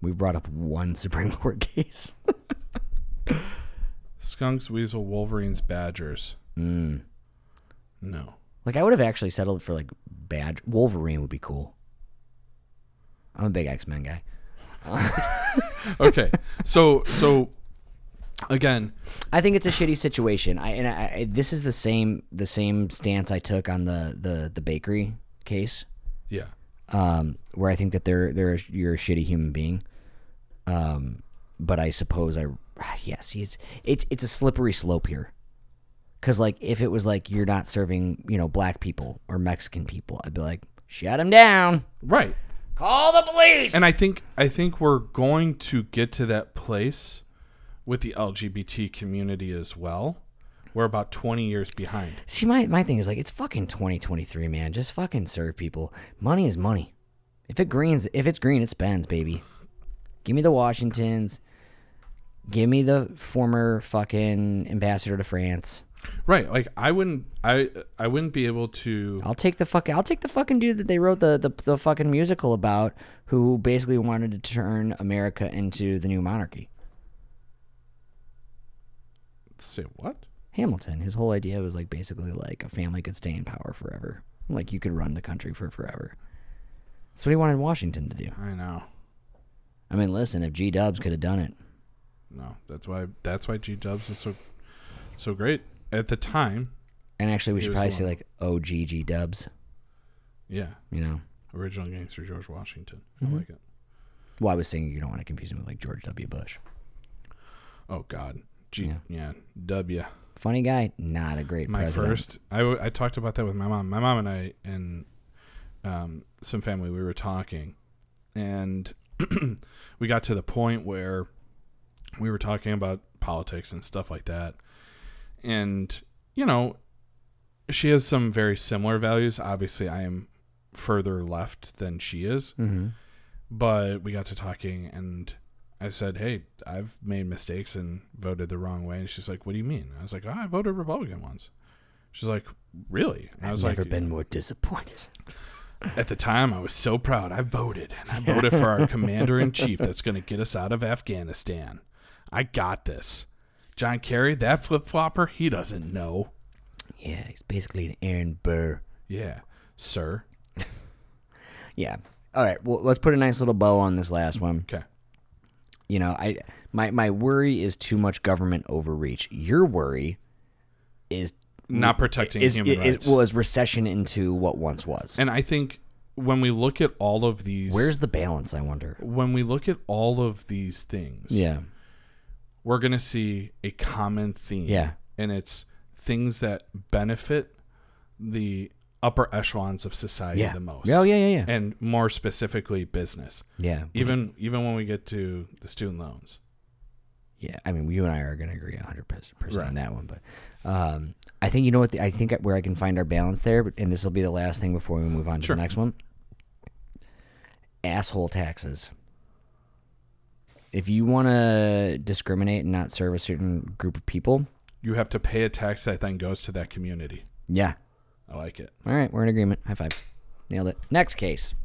B: We brought up one Supreme Court case.
C: Skunks, weasel, wolverines, badgers.
B: Mm.
C: No.
B: Like I would have actually settled for like badge. Wolverine would be cool. I'm a big X Men guy.
C: Okay. so so again,
B: I think it's a shitty situation. I and I, I, this is the same the same stance I took on the the the bakery case.
C: yeah.
B: um, where I think that they're they're you're a shitty human being. Um, but I suppose I yes, he's it's it's a slippery slope here. Cause like if it was like you're not serving, you know, black people or Mexican people, I'd be like, shut him down,
C: Right.
B: call the police.
C: And I think I think we're going to get to that place with the LGBT community as well. We're about 20 years behind.
B: See, my my thing is like it's fucking 2023, man. Just fucking serve people. Money is money. If it greens, if it's green, it spends, baby. Give me the Washingtons. Give me the former fucking ambassador to France.
C: Right. Like I wouldn't I I wouldn't be able to
B: I'll take the fuck. I'll take the fucking dude that they wrote the, the the fucking musical about, who basically wanted to turn America into the new monarchy.
C: say what?
B: Hamilton. His whole idea was like basically like a family could stay in power forever. Like you could run the country for forever. That's what he wanted Washington to do.
C: I know.
B: I mean, listen, if G Dubs could have done it,
C: No. That's why that's why G Dubs is so so great at the time.
B: and actually, we should
C: was
B: probably
C: the
B: say like OG G Dubs,
C: Yeah.
B: you know.
C: Original gangster George Washington. I like it.
B: Well, I was saying you don't want to confuse him with like George W. Bush.
C: Oh God. G
B: Yeah.
C: yeah. W.
B: Funny guy, not a great
C: my
B: president.
C: first I, w- I talked about that with my mom my mom and i and um, some family we were talking and we got to the point where we were talking about politics and stuff like that and you know she has some very similar values obviously i am further left than she is
B: Mm-hmm.
C: but we got to talking and I said, Hey, I've made mistakes and voted the wrong way. And she's like, What do you mean? I was like, oh, I voted Republican once. She's like, Really? And I
B: I've
C: was
B: never
C: like,
B: been more disappointed.
C: At the time, I was so proud. I voted. And I voted for our commander in chief that's going to get us out of Afghanistan. I got this. John Kerry, that flip flopper, he doesn't know.
B: Yeah, he's basically an Aaron Burr.
C: Yeah, sir.
B: Yeah. All right. Well, let's put a nice little bow on this last one.
C: Okay.
B: You know, I my my worry is too much government overreach. Your worry is
C: Not protecting
B: is,
C: human
B: is,
C: rights.
B: was recession into what once was.
C: and I think when we look at all of these.
B: Where's the balance? I wonder.
C: when we look at all of these things,
B: Yeah.
C: we're going to see a common theme.
B: Yeah.
C: And it's things that benefit the upper echelons of society
B: Yeah.
C: the most.
B: Oh yeah yeah yeah.
C: And more specifically business.
B: yeah.
C: Even even when we get to the student loans.
B: Yeah, I mean, you and I are going to agree 100 percent on
C: Right.
B: that one, but um, I think you know what the, I think where I can find our balance there, but- and this will be the last thing before we move on to
C: Sure.
B: the next one. Asshole taxes. If you want to discriminate and not serve a certain group of people,
C: You have to pay a tax that then goes to that community.
B: yeah,
C: I like it.
B: all right, we're in agreement. High fives, nailed it. Next case.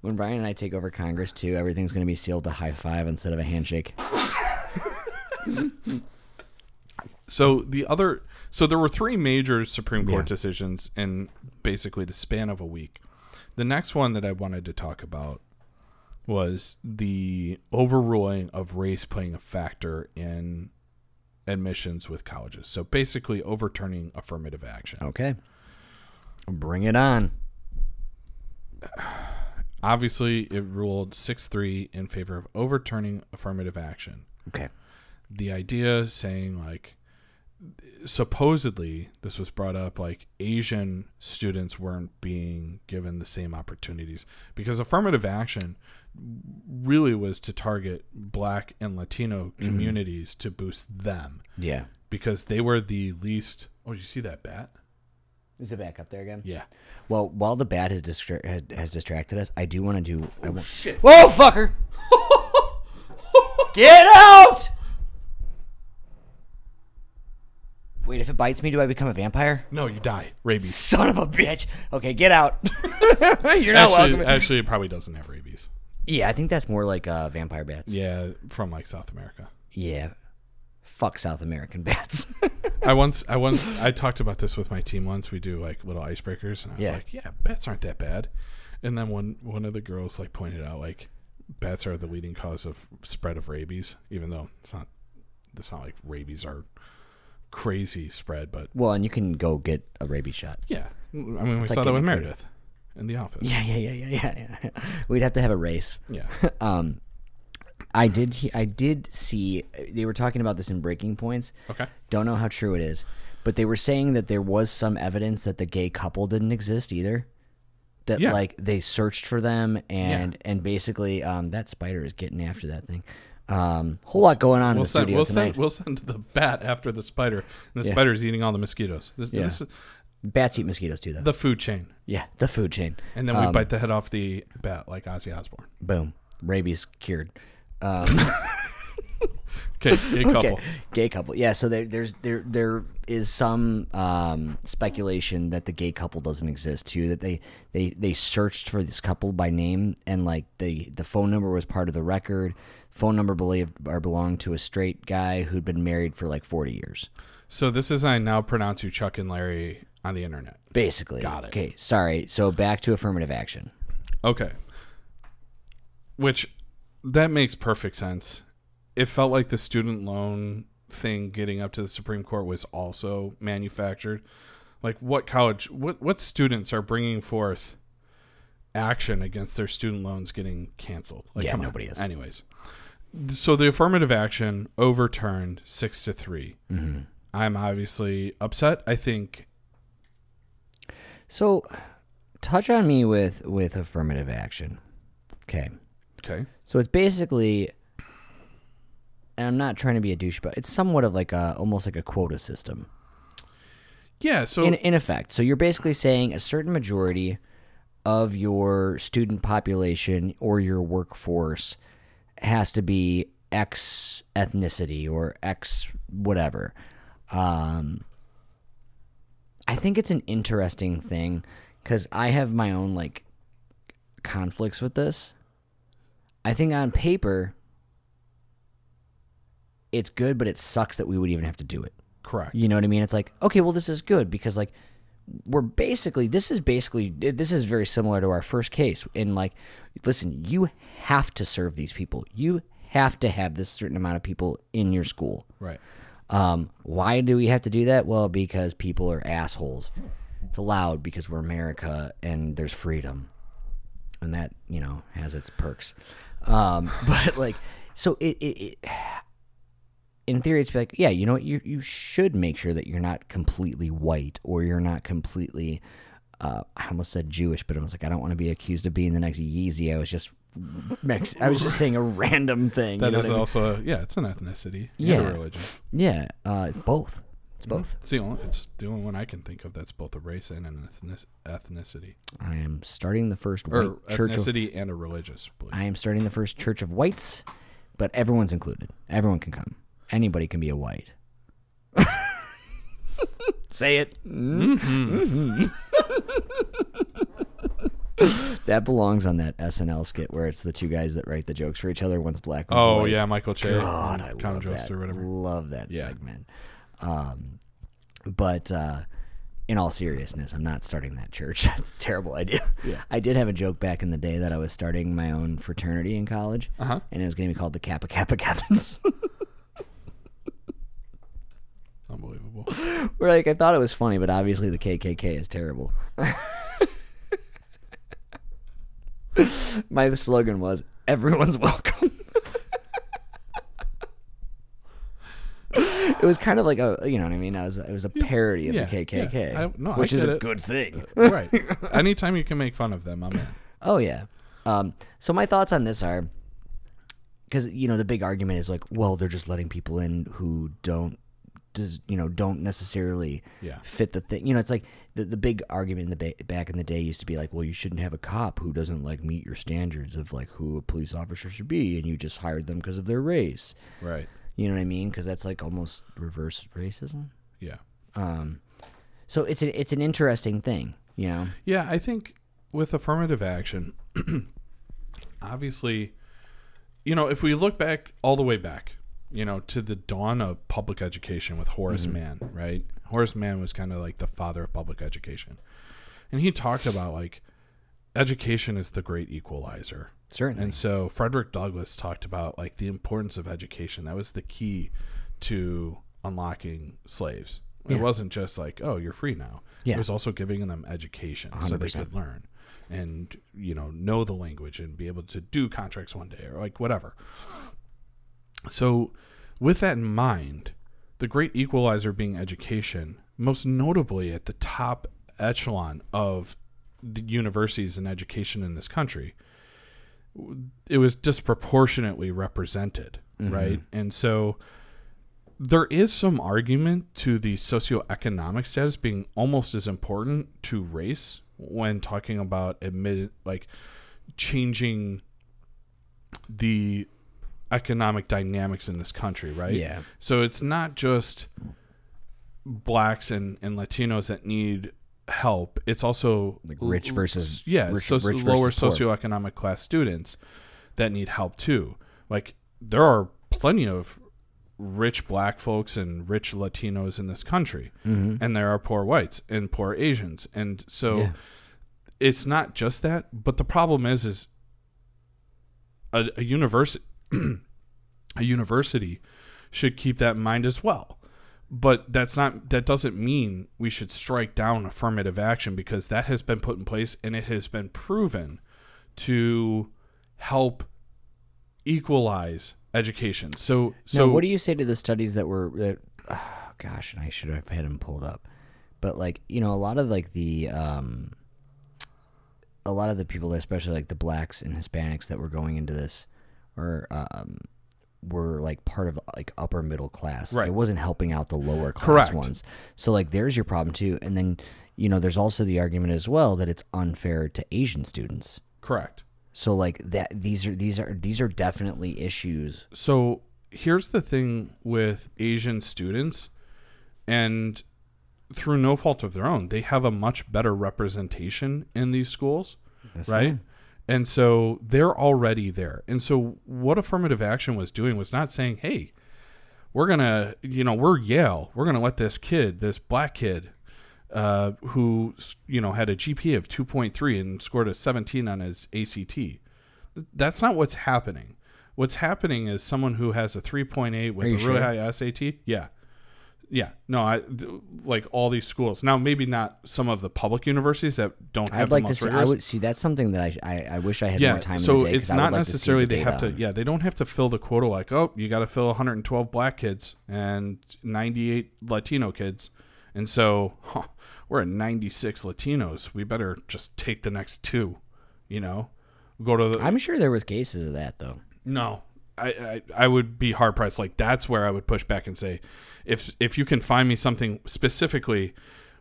B: when Brian and I take over Congress too, everything's going to be sealed to high five instead of a handshake.
C: So the other so there were three major Supreme Court
B: Yeah.
C: decisions in basically the span of a week. The next one that I wanted to talk about was the overruling of race playing a factor in admissions with colleges. So basically overturning affirmative action.
B: Okay. Bring it on.
C: Obviously, it ruled 6-3 in favor of overturning affirmative action.
B: Okay.
C: the idea saying like supposedly this was brought up like asian students weren't being given the same opportunities because affirmative action really was to target black and latino
B: Mm-hmm.
C: communities to boost them
B: Yeah.
C: because they were the least oh did you see that bat
B: Is it back up there again?
C: yeah
B: Well, while the bat has, distra- has, has distracted us, I do want to do. I want- Oh, shit. Whoa, fucker! Get out! Wait, if it bites me, do I become a vampire?
C: no you die rabies
B: Son of a bitch! Okay, get out. You're not
C: actually
B: welcome.
C: actually it probably doesn't have rabies
B: yeah, I think that's more like uh, vampire bats.
C: yeah from like south america
B: yeah. Fuck South American bats.
C: I once, I once, I talked about this with my team once. We do like little icebreakers, and I was
B: Yeah.
C: like, "Yeah, bats aren't that bad." And then one one of the girls like pointed out like bats are the leading cause of spread of rabies, even though it's not. It's not like rabies are crazy spread, but
B: well, and you can go get a rabies shot.
C: yeah. I mean,
B: like
C: we saw that with
B: getting a
C: Meredith, in the office.
B: Yeah, yeah, yeah, yeah, yeah, yeah. We'd have to have a race.
C: Yeah.
B: Um, I did. he- I did see they were talking about this in Breaking Points.
C: Okay.
B: Don't know how true it is, but they were saying that there was some evidence that the gay couple didn't exist either. That
C: Yeah.
B: like they searched for them and and basically um, that spider is getting after that thing. Um, whole lot going on in
C: We'll
B: the
C: send,
B: studio
C: we'll,
B: tonight.
C: send, we'll send the bat after the spider, and the
B: Yeah.
C: spider's eating all the mosquitoes. This,
B: Yeah.
C: this is
B: Bats eat mosquitoes too, though.
C: the food chain.
B: yeah, the food chain.
C: And then we
B: Um,
C: bite the head off the bat like Ozzy Osbourne.
B: Boom, rabies cured. Um,
C: Okay, gay couple.
B: Okay. Gay couple. Yeah. So there, there's there there is some um, speculation that the gay couple doesn't exist too. That they they they searched for this couple by name and like the the phone number was part of the record. Phone number believed or belonged to a straight guy who'd been married for like forty years.
C: So this is I now pronounce you Chuck and Larry on the internet.
B: Basically.
C: Got it.
B: Okay. Sorry. So back to affirmative action.
C: Okay. Which that makes perfect sense. It felt like the student loan thing getting up to the Supreme Court was also manufactured. Like what college what what students are bringing forth action against their student loans getting canceled? Like
B: Yeah,
C: come on.
B: nobody is.
C: Anyways. So the affirmative action overturned 6 to 3.
B: Mm-hmm.
C: I'm obviously upset. I think
B: So touch on me with with affirmative action. Okay.
C: okay.
B: So it's basically, and I'm not trying to be a douche, but it's somewhat of like a almost like a quota system
C: Yeah, so
B: in, in effect. So you're basically saying a certain majority of your student population or your workforce has to be X ethnicity or X whatever. Um, I think it's an interesting thing because I have my own like conflicts with this. I think on paper, it's good, but it sucks that we would even have to do it.
C: correct.
B: You know what I mean? It's like, okay, well, this is good because like we're basically this is basically this is very similar to our first case in like listen you have to serve these people you have to have this certain amount of people in your school
C: Right.
B: um, why do we have to do that? Well, because people are assholes. It's allowed because we're America and there's freedom, and that you know has its perks. Um, but like, so it, it, it in theory, it's like, yeah, you know what? You you should make sure that you're not completely white or you're not completely. Uh, I almost said Jewish, but I was like, I don't want to be accused of being the next Yeezy. I was just, Mex- I was just saying a random thing. you
C: That
B: know
C: is
B: what I mean?
C: also a, yeah, it's an ethnicity. and
B: Yeah.
C: a religion.
B: yeah, uh, both. It's both.
C: It's the only it's the only one I can think of that's both a race and an ethnic, ethnicity,
B: I am starting the first
C: or
B: white church. Of,
C: ethnicity and a religious belief.
B: I am starting the first church of whites, but everyone's included. Everyone can come. Anybody can be a white. Say it.
C: Mm-hmm.
B: Mhm. that belongs on that SNL skit where it's the two guys that write the jokes for each other. One's black. One's
C: oh
B: white.
C: yeah, Michael Che,
B: God, I
C: and
B: love
C: Jost
B: that.
C: or whatever.
B: Love that
C: Yeah.
B: segment. Um, but uh, in all seriousness, I'm not starting that church. That's a terrible idea.
C: Yeah.
B: I did have a joke back in the day that I was starting my own fraternity in college,
C: Uh-huh.
B: and it was going to be called the Kappa Kappa Kappas.
C: Unbelievable.
B: Where like I thought it was funny, but obviously the KKK is terrible. my slogan was "Everyone's welcome." it was kind of like a you know what I mean. I was it was a parody of
C: yeah,
B: the KKK,
C: yeah. I- no, I
B: which is
C: get
B: a
C: it.
B: good thing.
C: right. Anytime you can make fun of them, I'm in.
B: Oh yeah. Um, so my thoughts on this are, because you know the big argument is like, well, they're just letting people in who don't, does you know, don't necessarily
C: Yeah.
B: fit the thing. You know, it's like the the big argument in the ba- back in the day used to be like, well, you shouldn't have a cop who doesn't like meet your standards of like who a police officer should be, and you just hired them because of their race.
C: Right.
B: You know what I mean? Because that's like almost reverse racism.
C: Yeah.
B: Um, so it's a, it's an interesting thing, you know.
C: Yeah, I think with affirmative action, obviously, you know, if we look back all the way back, you know, to the dawn of public education with Horace Mann, right? Horace Mann was kind of like the father of public education. And he talked about like education is the great equalizer.
B: Certainly.
C: And so Frederick Douglass talked about like the importance of education. That was the key to unlocking slaves. It wasn't just like, oh, you're free now.
B: Yeah.
C: It was also giving them education so they could learn. and you know know the language and be able to do contracts one day or like whatever. So, with that in mind, the great equalizer being education, most notably at the top echelon of the universities and education in this country, w- it was disproportionately represented, right? And so there is some argument to the socioeconomic status being almost as important to race when talking about admit like changing the economic dynamics in this country, right?
B: Yeah.
C: So it's not just blacks and, and Latinos that need help. It's also
B: Like rich versus-
C: yeah,
B: rich-
C: so,
B: rich versus poor.
C: lower socioeconomic class students that need help too. Like there are plenty of rich black folks and rich Latinos in this country, and there are poor whites and poor Asians, and so
B: Mm-hmm. Yeah.
C: it's not just that. But the problem is, is a, a university a university should keep that in mind as well. But that's not that doesn't mean we should strike down affirmative action because that has been put in place and it has been proven to help equalize education. So so
B: So what do you say to the studies that were that? Oh, gosh, and I should have had them pulled up, but like you know, a lot of like the um, a lot of the people, especially like the blacks and Hispanics that were going into this, or um, were like part of like upper middle class.
C: Right.
B: It wasn't helping out the lower class
C: Correct.
B: ones. So like, there's your problem too. And then you know, there's also the argument as well that it's unfair to Asian students.
C: correct.
B: So like that these are these are these are definitely issues.
C: So here's the thing with Asian students, and through no fault of their own, they have a much better representation in these schools, right? And so they're already there. And so what affirmative action was doing was not saying, hey, we're gonna you know we're yale we're gonna let this kid this black kid uh, who s- you know had a gpa of 2.3 and scored a 17 on his act Th- that's not what's happening what's happening is someone who has a 3.8 with
B: Are
C: a
B: you
C: really
B: sure?
C: high sat yeah yeah no i th- like all these schools now maybe not some of the public universities that don't have
B: I'd
C: the
B: like to
C: most
B: see. I
C: rigorous-
B: would see. That's something that I sh- I, I wish I had more time.
C: so
B: in the day 'cause
C: it's
B: I would
C: not
B: like to see the
C: necessarily they have
B: data
C: to.
B: on-
C: Yeah, they don't have to fill the quota like oh you got to fill 112 black kids and 98 Latino kids, and so huh, we're at 96 Latinos. We better just take the next two, you know, go to the
B: I'm sure there was cases of that though.
C: no. I, I, I would be hard pressed. Like that's where I would push back and say, if if you can find me something specifically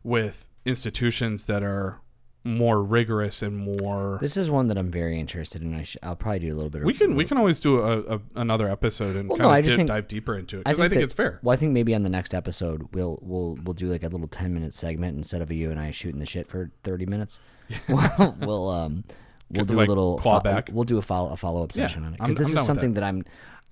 C: with institutions that are more rigorous and more
B: This is one that I'm very interested in. I sh- I'll probably do a little bit.
C: We can we can always do a, a another episode and
B: Well, no,
C: kind
B: I
C: of
B: just
C: dip,
B: think-
C: dive deeper into it because I think,
B: that-
C: it's fair.
B: Well, I think maybe on the next episode we'll we'll we'll do like a little 10 minute segment instead of you and I shooting the shit for 30 minutes. we'll, we'll um we'll do
C: like,
B: a little
C: claw
B: fo-
C: back.
B: We'll do a follow a follow up session on it
C: I'm-
B: because this
C: I'm down
B: is
C: with
B: something that. I'm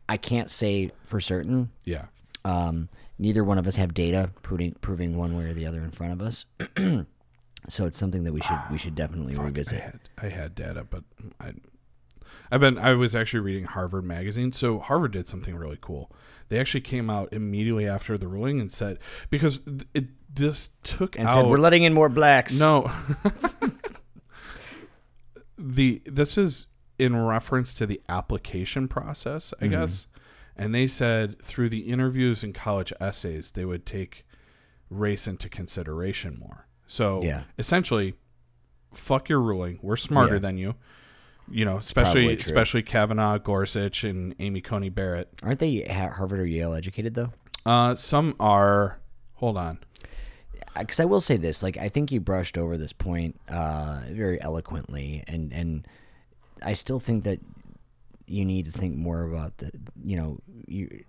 B: I can't say for certain.
C: Yeah,
B: Um, neither one of us have data proving proving one way or the other in front of us. so it's something that we should we should definitely
C: I
B: revisit.
C: had I had data, but I I've been I was actually reading Harvard magazine. So Harvard did something really cool. They actually came out immediately after the ruling and said because th- it this took
B: And
C: out
B: said we're letting in more blacks.
C: No. the this is in reference to the application process, I
B: Mm-hmm.
C: guess. And they said through the interviews and college essays, they would take race into consideration more. So
B: Yeah.
C: essentially, fuck your ruling. We're smarter
B: Yeah.
C: than you. You know, especially
B: probably true.
C: especially Kavanaugh, Gorsuch, and Amy Coney Barrett.
B: Aren't they Ha- Harvard or Yale educated though?
C: Uh, some are. Hold on.
B: because I will say this, like I think you brushed over this point uh, very eloquently, and and I still think that you need to think more about the, you know, you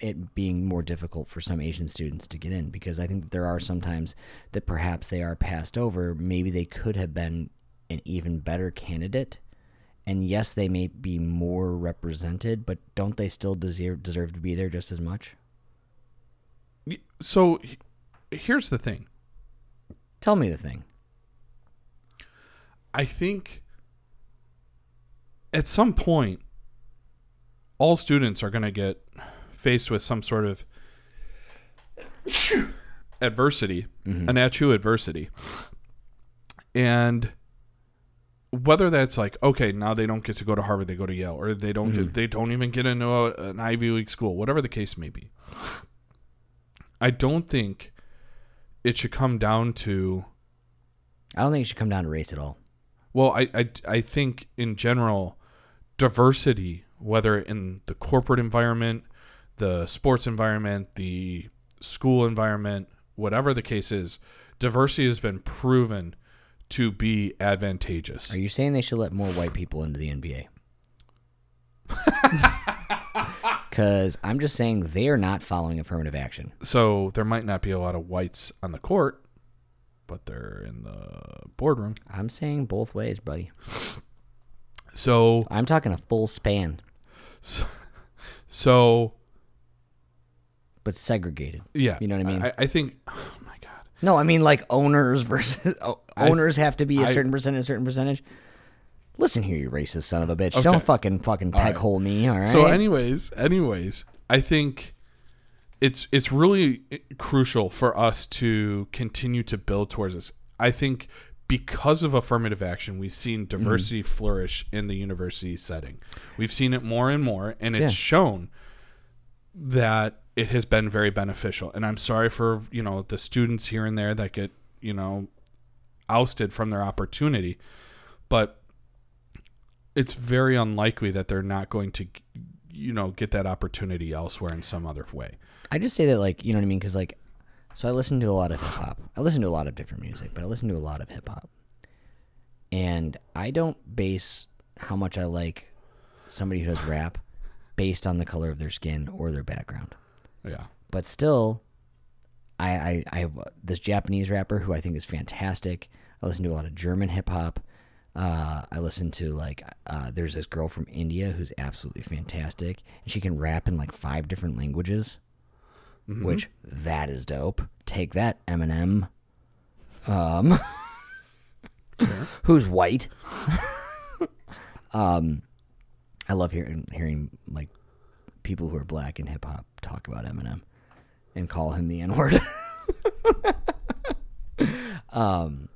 B: it being more difficult for some Asian students to get in because I think that there are sometimes that perhaps they are passed over. Maybe they could have been an even better candidate. And yes, they may be more represented, but don't they still deserve deserve to be there just as much?
C: So he- here's the thing.
B: Tell me the thing.
C: I think at some point, all students are going to get faced with some sort of adversity, an at you adversity. And whether that's like okay now they don't get to go to harvard they go to yale or they don't get they don't even get into a, an ivy league school whatever the case may be i don't think it should come down to
B: I don't think it should come down to race at all.
C: well i i, I think in general diversity whether in the corporate environment the sports environment the school environment whatever the case is diversity has been proven to be advantageous
B: Are you saying they should let more white people into the NBA? Because I'm just saying they are not following affirmative action.
C: So there might not be a lot of whites on the court, but they're in the boardroom.
B: I'm saying both ways, buddy.
C: So
B: I'm talking a full span,
C: so
B: but segregated.
C: yeah.
B: You know what I mean?
C: I, I think oh my god.
B: No, I mean like owners versus o- owners have to be a
C: I-
B: certain percentage, a certain percentage. Listen here, you racist son of a bitch. Don't fucking fucking peck
C: right.
B: hole me. All right.
C: So anyways, anyways, I think it's it's really crucial for us to continue to build towards this. I think because of affirmative action, we've seen
B: Mm-hmm.
C: diversity flourish in the university setting. We've seen it more and more, and it's
B: Yeah.
C: shown that it has been very beneficial. And I'm sorry for you know the students here and there that get you know ousted from their opportunity, but it's very unlikely that they're not going to you know get that opportunity elsewhere in some other way.
B: I just say that like you know what I mean because like so I listen to a lot of hip hop. I listen to a lot of different music, but I listen to a lot of hip hop, and I don't base how much I like somebody who does rap based on the color of their skin or their background.
C: Yeah.
B: but still, I, I I have this Japanese rapper who I think is fantastic. I listen to a lot of German hip hop. Uh, I listen to like uh, there's this girl from India who's absolutely fantastic, and she can rap in like five different languages, which that is dope. Take that, Eminem, um, who's white. um, I love hearing hearing like people who are black in hip hop talk about Eminem and call him the N word. um, Um,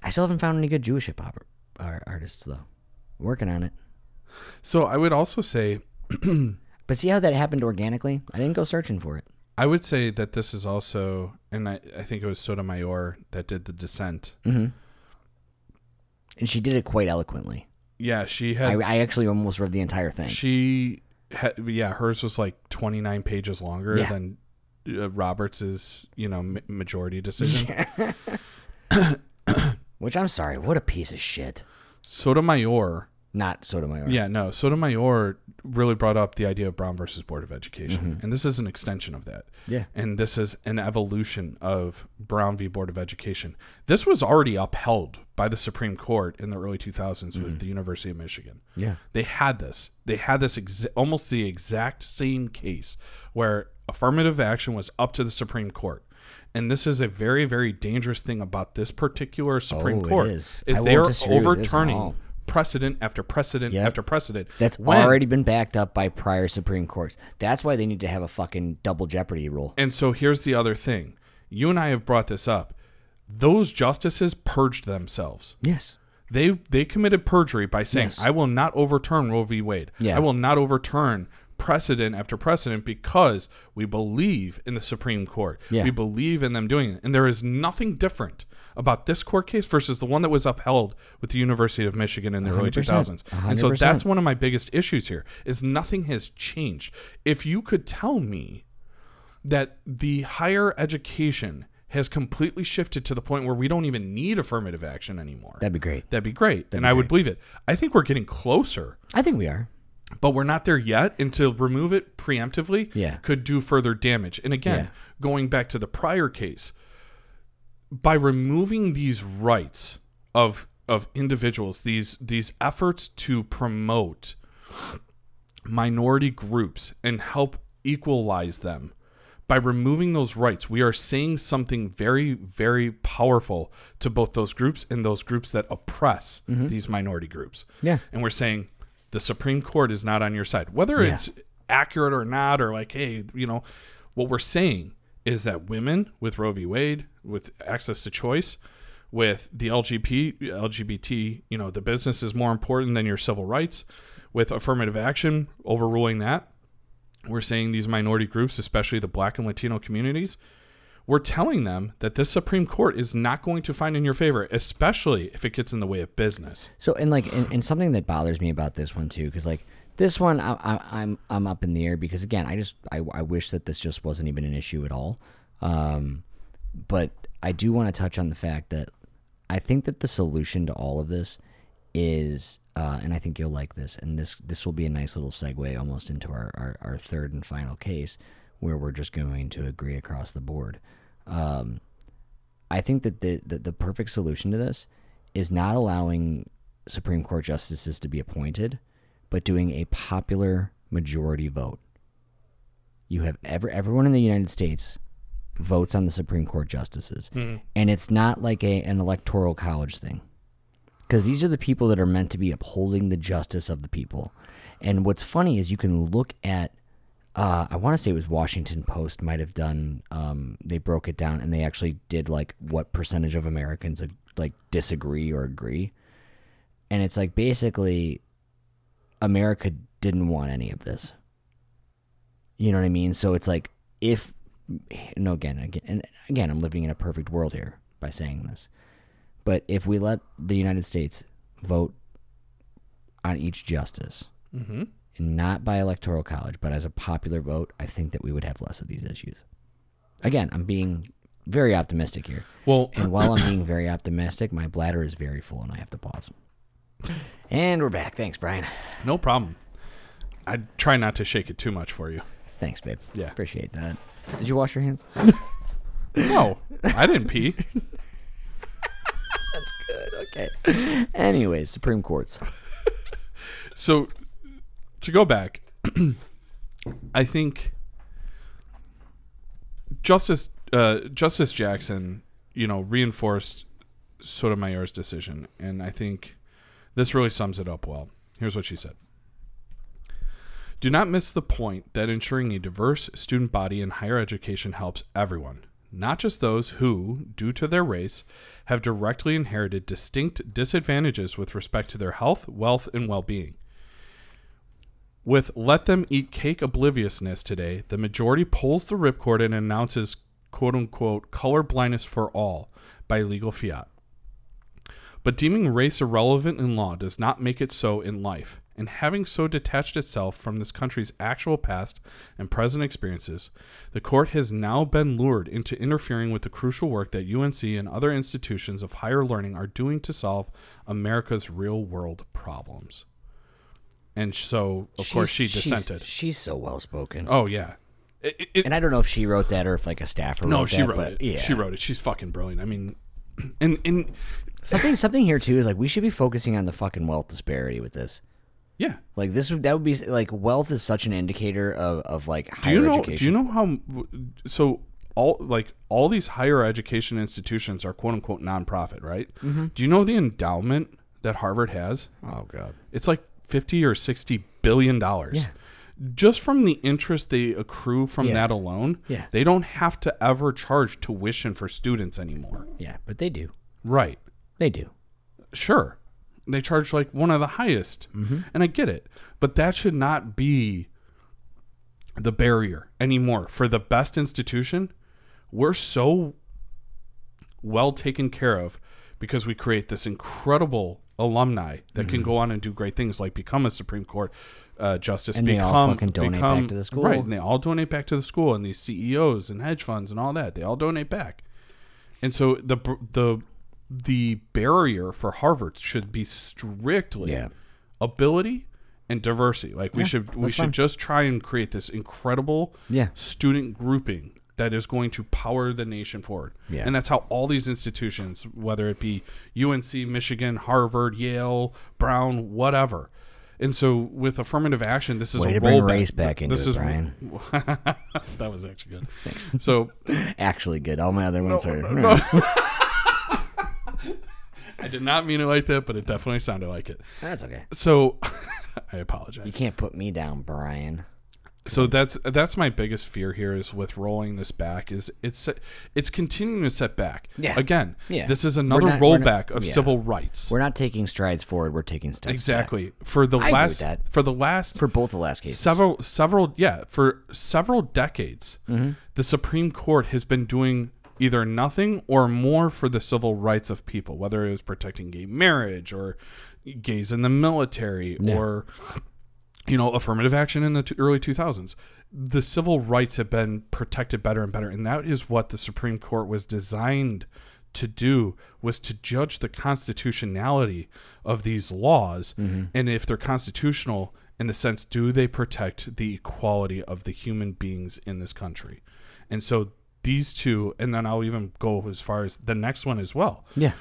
B: I still haven't found any good Jewish hip hop ar- artists though. Working on it.
C: So I would also say
B: But see how that happened organically? I didn't go searching for it.
C: I would say that this is also, and I, I think it was Sotomayor that did the dissent.
B: And she did it quite eloquently.
C: Yeah, she
B: I,
C: had
B: I actually almost read the entire thing.
C: she had yeah hers was like twenty nine pages longer
B: Yeah.
C: than uh, Roberts's you know ma- majority decision.
B: Which I'm sorry, what a piece of shit.
C: Sotomayor,
B: Not Sotomayor.
C: yeah, no, Sotomayor really brought up the idea of Brown versus Board of Education, and this is an extension of that.
B: Mm-hmm. Yeah.
C: and this is an evolution of Brown v. Board of Education. This was already upheld by the Supreme Court in the early 2000s with the University of Michigan.
B: Mm-hmm. Yeah.
C: They had this. They had this ex- almost the exact same case where affirmative action was up to the Supreme Court. And this is a very, very dangerous thing about this particular Supreme
B: Oh, it
C: Court
B: is. I
C: is
B: won't
C: they are
B: disagree with this at
C: overturning
B: all.
C: precedent after precedent
B: Yep.
C: after precedent.
B: That's
C: When-
B: already been backed up by prior Supreme Courts. That's why they need to have a fucking double jeopardy rule.
C: And so here's the other thing. You and I have brought this up. Those justices purged themselves.
B: Yes.
C: They they committed perjury by saying,
B: Yes.
C: "I will not overturn Roe v. Wade.
B: Yeah.
C: I will not overturn precedent after precedent because we believe in the Supreme Court.
B: Yeah.
C: We believe in them doing it." And there is nothing different about this court case versus the one that was upheld with the University of Michigan in the early 2000s.
B: 100%.
C: And so that's one of my biggest issues here is nothing has changed. If you could tell me that the higher education has completely shifted to the point where we don't even need affirmative action anymore.
B: That'd be great.
C: That'd be great. and I would believe it. I think we're getting closer,
B: I think we are.
C: but we're not there yet. And to remove it preemptively
B: Yeah.
C: could do further damage. And again,
B: Yeah.
C: going back to the prior case, by removing these rights of of individuals, these these efforts to promote minority groups and help equalize them. By removing those rights, we are saying something very, very powerful to both those groups and those groups that oppress these minority groups.
B: Yeah.
C: And we're saying the Supreme Court is not on your side. Whether it's accurate or not, or like, hey, you know, what we're saying is that women with Roe v. Wade, with access to choice, with the LGBT, LGBT, you know, the business is more important than your civil rights. With affirmative action overruling that, we're saying these minority groups, especially the black and Latino communities, we're telling them that this Supreme Court is not going to find in your favor, especially if it gets in the way of business.
B: So and like and, and something that bothers me about this one too, because like this one, I, I, I'm I'm up in the air because again, I just I, I wish that this just wasn't even an issue at all. Um, but I do want to touch on the fact that I think that the solution to all of this is, uh, and I think you'll like this, and this this will be a nice little segue almost into our our, our third and final case where we're just going to agree across the board. Um, I think that the, the the perfect solution to this is not allowing Supreme Court justices to be appointed, but doing a popular majority vote. You have ever everyone in the United States votes on the Supreme Court justices, and it's not like a an electoral college thing, because these are the people that are meant to be upholding the justice of the people. And what's funny is you can look at uh, I want to say it was Washington Post might have done. Um, they broke it down and they actually did like what percentage of Americans uh, like disagree or agree, and it's like basically, America didn't want any of this. You know what I mean? So it's like if no again again and again I'm living in a perfect world here by saying this, but if we let the United States vote on each justice
C: Mm-hmm.
B: and not by electoral college, but as a popular vote, I think that we would have less of these issues. Again, I'm being very optimistic here.
C: Well,
B: And while I'm being very optimistic, my bladder is very full and I have to pause. And we're back. Thanks, Brian.
C: no problem. I try not to shake it too much for you.
B: Thanks, babe.
C: Yeah.
B: Appreciate that. Did you wash your hands?
C: No, I didn't pee.
B: That's good. Okay. Anyways, Supreme Courts.
C: So, to go back, I think Justice uh, Justice Jackson, you know, reinforced Sotomayor's decision, and I think this really sums it up well. Here's what she said. Do not miss the point that ensuring a diverse student body in higher education helps everyone, not just those who, due to their race, have directly inherited distinct disadvantages with respect to their health, wealth, and well being. With Let Them Eat Cake Obliviousness today, the majority pulls the ripcord and announces quote unquote color blindness for all by legal fiat. But deeming race irrelevant in law does not make it so in life, and having so detached itself from this country's actual past and present experiences, the court has now been lured into interfering with the crucial work that UNC and other institutions of higher learning are doing to solve America's real world problems. And so, of course, she
B: She's- she's-
C: dissented.
B: She's, so well spoken.
C: Oh yeah, It- it- it-
B: And I don't know if she wrote that or if like a staffer
C: no,
B: wrote
C: she
B: that,
C: wrote
B: but
C: it.
B: Yeah.
C: She wrote it. She's fucking brilliant. I mean, and and
B: Something something here too is like we should be focusing on the fucking wealth disparity with this.
C: yeah.
B: Like this would that would be like wealth is such an indicator of of like
C: Do
B: higher
C: you know? Do
B: education.
C: you know how? So all like all these higher education institutions are quote unquote nonprofit, right?
B: Mm-hmm.
C: Do you know the endowment that Harvard has?
B: oh god.
C: It's like fifty or sixty billion dollars.
B: Yeah.
C: Just from the interest they accrue from
B: Yeah.
C: that alone,
B: Yeah.
C: they don't have to ever charge tuition for students anymore.
B: Yeah, but they do.
C: Right.
B: They do.
C: sure they charge like one of the highest
B: Mm-hmm.
C: and i get it but that should not be the barrier anymore for the best institution we're so well taken care of because we create this incredible alumni that can
B: Mm-hmm.
C: go on and do great things like become a supreme court uh, justice
B: And they all
C: become,
B: fucking donate back
C: become-
B: to the school.
C: right and they all donate back to the school and these ceos and hedge funds and all that they all donate back and so the br- the the barrier for Harvard should be strictly
B: Yeah.
C: ability and diversity. Like we should we
B: that's
C: should
B: fine.
C: just try and create this incredible
B: Yeah.
C: student grouping that is going to power the nation forward.
B: Yeah.
C: And that's how all these institutions, whether it be UNC, Michigan, Harvard, Yale, Brown, whatever. And so with affirmative action, this is
B: Way
C: a
B: to bring
C: rollback.
B: race back into
C: this
B: it,
C: is
B: Brian.
C: that was actually good. So
B: Actually good. All my other ones are hmm,
C: I did not mean it like that, but it definitely sounded like it.
B: That's okay.
C: So I
B: You
C: apologize.
B: can't put me down, Brian.
C: So that's that's my biggest fear here is with rolling this back is it's it's continuing to set back.
B: Yeah.
C: Again,
B: Yeah.
C: this is
B: We're
C: another
B: not- we're not-
C: rollback of
B: yeah.
C: civil rights.
B: We're not taking strides forward. We're taking steps back.
C: exactly. For the
B: with
C: last
B: that.
C: for the last
B: for both the last cases.
C: several several yeah, for several decades,
B: Mm-hmm.
C: the Supreme Court has been doing either nothing or more for the civil rights of people, whether it was protecting gay marriage or gays in the military or you know, affirmative action in the t- early 2000s. The civil rights have been protected better and better, and that is what the Supreme Court was designed to do was to judge the constitutionality of these laws and if they're constitutional in the sense do they protect the equality of the human beings in this country. And so these two and then I'll even go as far as the next one as well
B: yeah.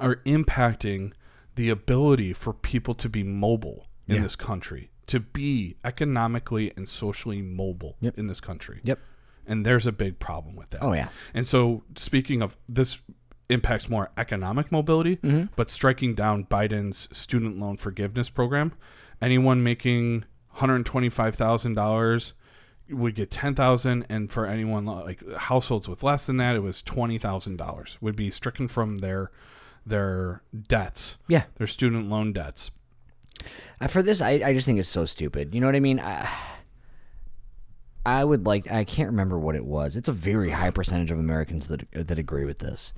C: are impacting the ability for people to be mobile in
B: Yeah.
C: this country, to be economically and socially mobile in this country.
B: Yep.
C: And there's a big problem with that.
B: Oh yeah.
C: And so, speaking of this, impacts more economic mobility,
B: Mm-hmm.
C: but striking down Biden's student loan forgiveness program, anyone making one hundred twenty-five thousand dollars would get ten thousand, and for anyone like households with less than that, it was twenty thousand dollars would be stricken from their their debts,
B: Yeah.
C: their student loan debts.
B: Uh, For this, I, I just think it's so stupid. You know what I mean? I, I would like. I can't remember what it was. It's a very high percentage of Americans that that agree with this.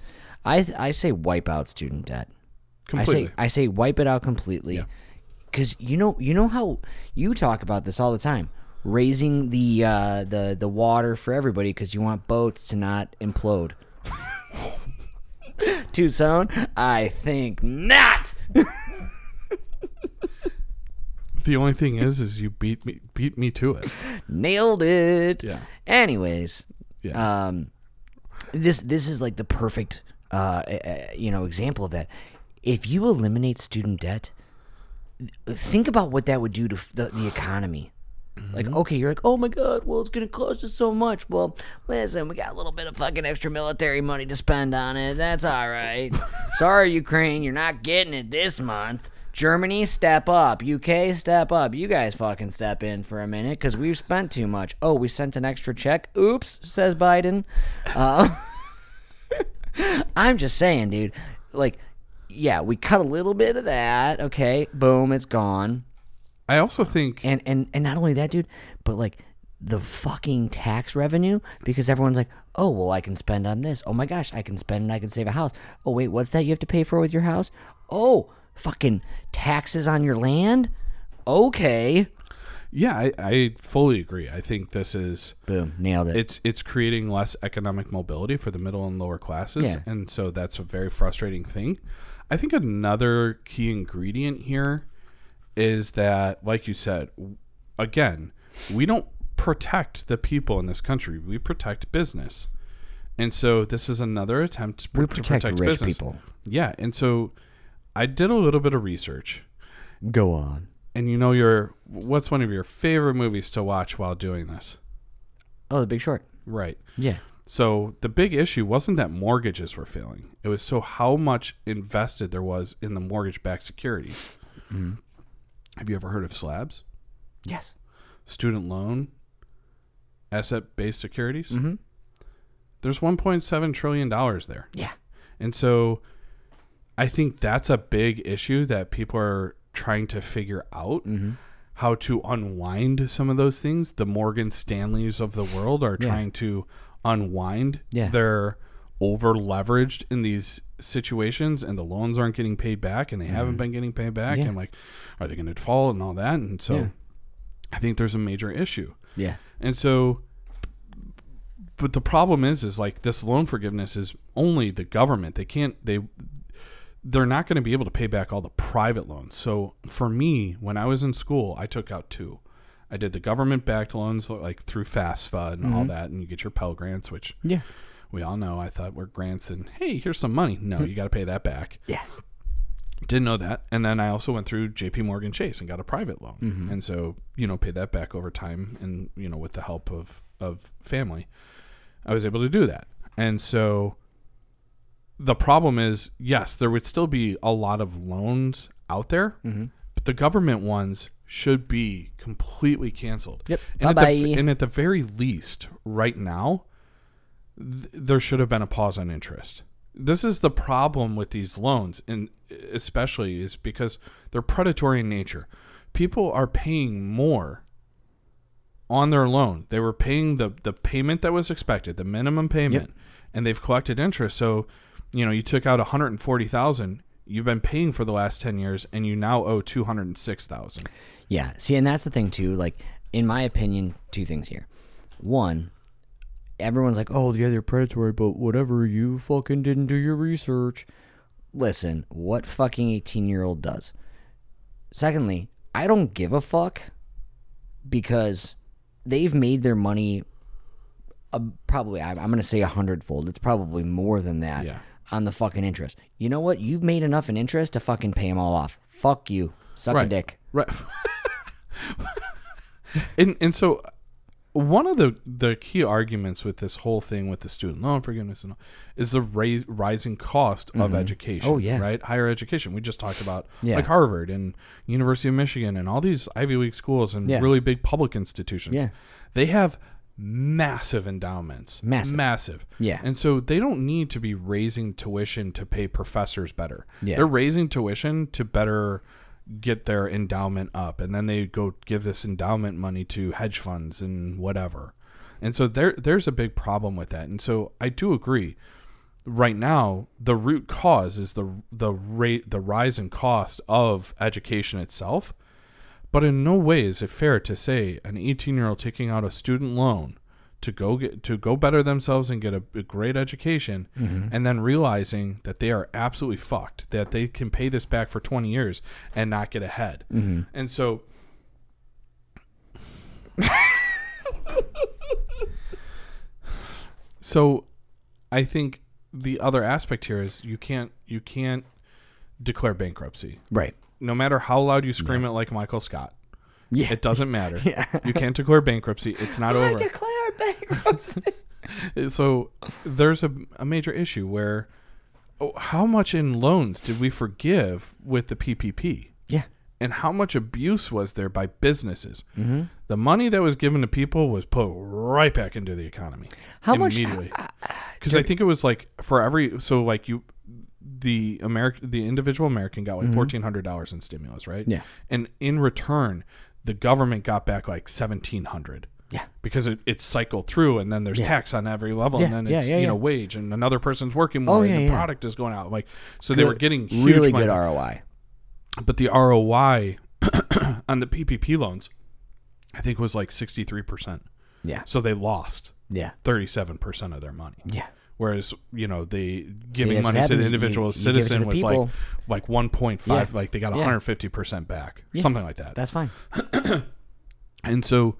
B: I th- I say wipe out student debt.
C: Completely.
B: I say I say wipe it out completely. Cause you know you know how you talk about this all the time, raising the uh, the the water for everybody because you want boats to not implode. Tucson, I think not.
C: the only thing is, is you beat me beat me to it.
B: Nailed it.
C: Yeah.
B: Anyways,
C: Yeah.
B: um, this this is like the perfect uh, uh, you know example of that. If you eliminate student debt, th- think about what that would do to f- the, the economy. Like, okay, you're like, oh my god, well, it's gonna cost us so much. Well, listen, we got a little bit of fucking extra military money to spend on it. That's all right. Sorry, Ukraine, you're not getting it this month. Germany, step up. UK, step up. You guys fucking step in for a minute because we've spent too much. Oh, we sent an extra check. Oops, says Biden. Uh, I'm just saying, dude. Like, yeah, we cut a little bit of that. Okay, boom, it's gone
C: I also think
B: and and and not only that dude but like the fucking tax revenue because everyone's like oh well i can spend on this oh my gosh i can spend and i can save a house oh wait what's that you have to pay for with your house oh fucking taxes on your land okay
C: Yeah, I, I fully agree. I think this is
B: boom nailed it
C: it's it's creating less economic mobility for the middle and lower classes,
B: Yeah.
C: and so that's a very frustrating thing. I think another key ingredient here is that, like you said, w- again, we don't protect the people in this country. We protect business, and so this is another attempt to, pr-
B: we
C: to
B: protect, rich
C: business.
B: people
C: Yeah, and so I did a little bit of research
B: go on
C: and you know your what's one of your favorite movies to watch while doing this
B: oh the big short
C: right
B: yeah
C: so the big issue wasn't that mortgages were failing it was so how much invested there was in the mortgage-backed securities have you ever heard of slabs
B: yes
C: student loan asset-based securities there's 1.7 trillion dollars there
B: yeah
C: and so I think that's a big issue that people are trying to figure out how to unwind some of those things. The Morgan Stanleys of the world are trying to unwind
B: Yeah.
C: They're over leveraged in these situations and the loans aren't getting paid back and they haven't been getting paid back and like are they going to fall and all that and so I think there's a major issue.
B: yeah
C: And so, but the problem is, is like this loan forgiveness is only the government. They can't, they, they're not going to be able to pay back all the private loans. So for me, when I was in school, I took out two. I did the government backed loans like through FAFSA and all that, and you get your Pell Grants, which
B: yeah
C: we all know. I thought were grants, and hey, here's some money. No, you got to pay that back.
B: yeah
C: Didn't know that. And then I also went through JP Morgan Chase and got a private loan. And so, you know, paid that back over time and, you know, with the help of of family, I was able to do that. And so the problem is,
B: Mm-hmm.
C: yes, there would still be a lot of loans out there, but the government ones should be completely canceled.
B: Yep.
C: And at, the,
B: Bye-bye.
C: and at the very least, right now, th- there should have been a pause on interest. This is the problem with these loans, and especially is because they're predatory in nature. People are paying more on their loan. They were paying the the payment that was expected, the minimum payment, and they've collected interest. So, you know, you took out 140,000, you've been paying for the last 10 years and you now owe 206,000.
B: Yeah. See, and that's the thing too. Like, in my opinion, two things here. One, everyone's like, "Oh, yeah, they're predatory," but whatever. You fucking didn't do your research. Listen, what fucking eighteen-year-old does. Secondly, I don't give a fuck because they've made their money. A, probably, I'm, I'm gonna say a hundredfold. It's probably more than that
C: Yeah.
B: on the fucking interest. You know what? You've made enough in interest to fucking pay them all off. Fuck you. Suck a
C: Right.
B: dick.
C: Right. and and so one of the the key arguments with this whole thing with the student loan forgiveness and all, is the raise, rising cost of education.
B: Oh, yeah.
C: right, higher education. We just talked about
B: Yeah.
C: like Harvard and University of Michigan and all these Ivy League schools and
B: Yeah.
C: really big public institutions.
B: Yeah.
C: they have massive endowments.
B: Massive.
C: massive.
B: Yeah.
C: and so they don't need to be raising tuition to pay professors better.
B: Yeah.
C: They're raising tuition to better get their endowment up and then they go give this endowment money to hedge funds and whatever. And so there there's a big problem with that. And so I do agree. Right now, the root cause is the the rate the rise in cost of education itself. But in no way is it fair to say an 18 year old taking out a student loan to go get to go better themselves and get a, a great education and then realizing that they are absolutely fucked that they can pay this back for 20 years and not get ahead and so so i think the other aspect here is you can't you can't declare bankruptcy
B: Right.
C: no matter how loud you scream it like Michael Scott.
B: Yeah.
C: It doesn't matter. You can't declare bankruptcy. It's not over. Uh,
B: declare bankruptcy.
C: so there's a, a major issue where oh, how much in loans did we forgive with the PPP?
B: yeah.
C: And how much abuse was there by businesses?
B: Mm-hmm.
C: The money that was given to people was put right back into the economy.
B: How much-
C: immediately? Because I think it was like for every so like you, the American the individual American got like hundred dollars in stimulus, right?
B: Mm-hmm. Yeah.
C: And in return, the government got back like seventeen hundred
B: Yeah.
C: because it, it's cycled through and then there's tax on every level and
B: Yeah,
C: then
B: yeah,
C: it's
B: yeah,
C: you
B: yeah. Oh,
C: know wage and another person's working more
B: yeah,
C: and the
B: yeah.
C: product is going out like so they were getting huge
B: really
C: money
B: good ROI.
C: but the ROI on the PPP loans I think was like 63%.
B: Yeah.
C: So they lost
B: Yeah.
C: 37% of their money.
B: Yeah.
C: Whereas, you know, they giving
B: that's what
C: money to
B: happens.
C: the
B: You-
C: individual
B: you give it to
C: citizen
B: the
C: was like
B: people.
C: like 1.5
B: Yeah.
C: like they got
B: Yeah.
C: 150% back, something like that.
B: That's fine.
C: And so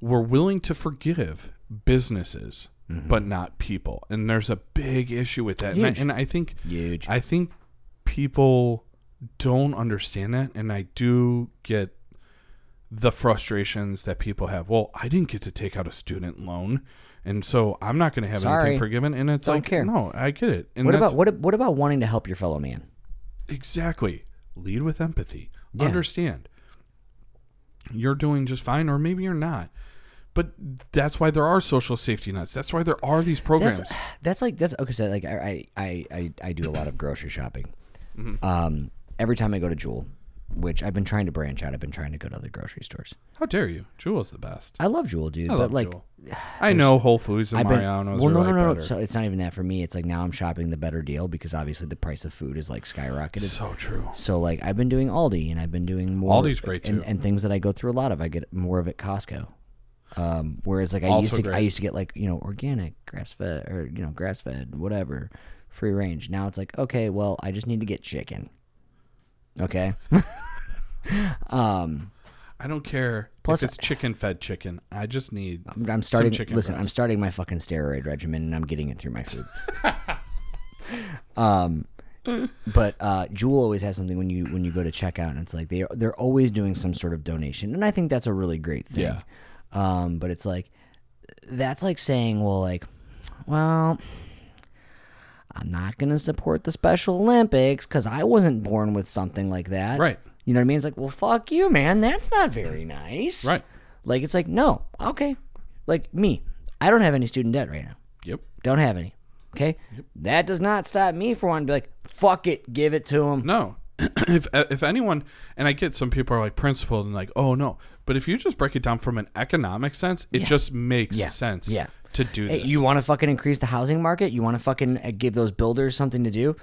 C: we're willing to forgive businesses, but not people. And there's a big issue with that. And I,
B: Mm-hmm. Huge.
C: and I think
B: Huge.
C: I think people don't understand that and I do get the frustrations that people have. Well, I didn't get to take out a student loan, and so I'm not going to have
B: Sorry.
C: anything forgiven. And it's
B: Don't
C: like,
B: care.
C: no, I get it. And
B: what
C: that's
B: about what? What about wanting to help your fellow man?
C: Exactly. Lead with empathy. Understand. You're doing just fine, or maybe you're not. But that's why there are social safety nets. That's why there are these programs.
B: That's that's like that's okay. So like I I I I, I do a lot of grocery shopping.
C: Mm-hmm.
B: Um, every time I go to Jewel, which I've been trying to branch out, I've been trying to go to other grocery stores.
C: How dare you? Jewel's the best.
B: I love Jewel, dude,
C: I
B: but
C: love
B: like.
C: Jewel. I know Whole Foods and
B: I've been,
C: Mariano's
B: well,
C: are
B: no,
C: like
B: no, no, no.
C: better.
B: So it's not even that for me. It's like now I'm shopping the better deal because obviously the price of food is like skyrocketed.
C: so true.
B: So like I've been doing Aldi and I've been doing more
C: Aldi's great,
B: and,
C: too.
B: and things that I go through a lot of I get more of at Costco. Um, whereas like I
C: Also
B: used to I
C: great.
B: used to get like you know organic grass fed or you know grass fed whatever free range. Now it's like okay well I just need to get chicken. Okay. um,
C: I don't care
B: Plus-
C: if it's chicken fed chicken. I just need.
B: I'm, I'm starting.
C: chicken
B: Listen,
C: breast.
B: I'm starting my fucking steroid regimen, and I'm getting it through my food. um, but uh, Jewel always has something when you when you go to checkout, and it's like they they're always doing some sort of donation, and I think that's a really great thing.
C: Yeah.
B: Um, but it's like that's like saying, well, like, well. I'm not gonna support the Special Olympics because I wasn't born with something like that.
C: Right.
B: You know what I mean? It's like, well, fuck you, man. That's not very nice.
C: Right.
B: Like, it's like, no, okay. Like, me, I don't have any student debt right now.
C: Yep.
B: Don't have any. Okay. That does not stop me for wanting to be like, fuck it, give it to him.
C: No. if uh, if anyone and I get some people are like principled and like, "Oh no." But if you just break it down from an economic sense, it just makes
B: Yeah.
C: sense
B: Yeah.
C: to do
B: Hey,
C: this.
B: you want to fucking increase the housing market? You want to fucking uh, give those builders something to do?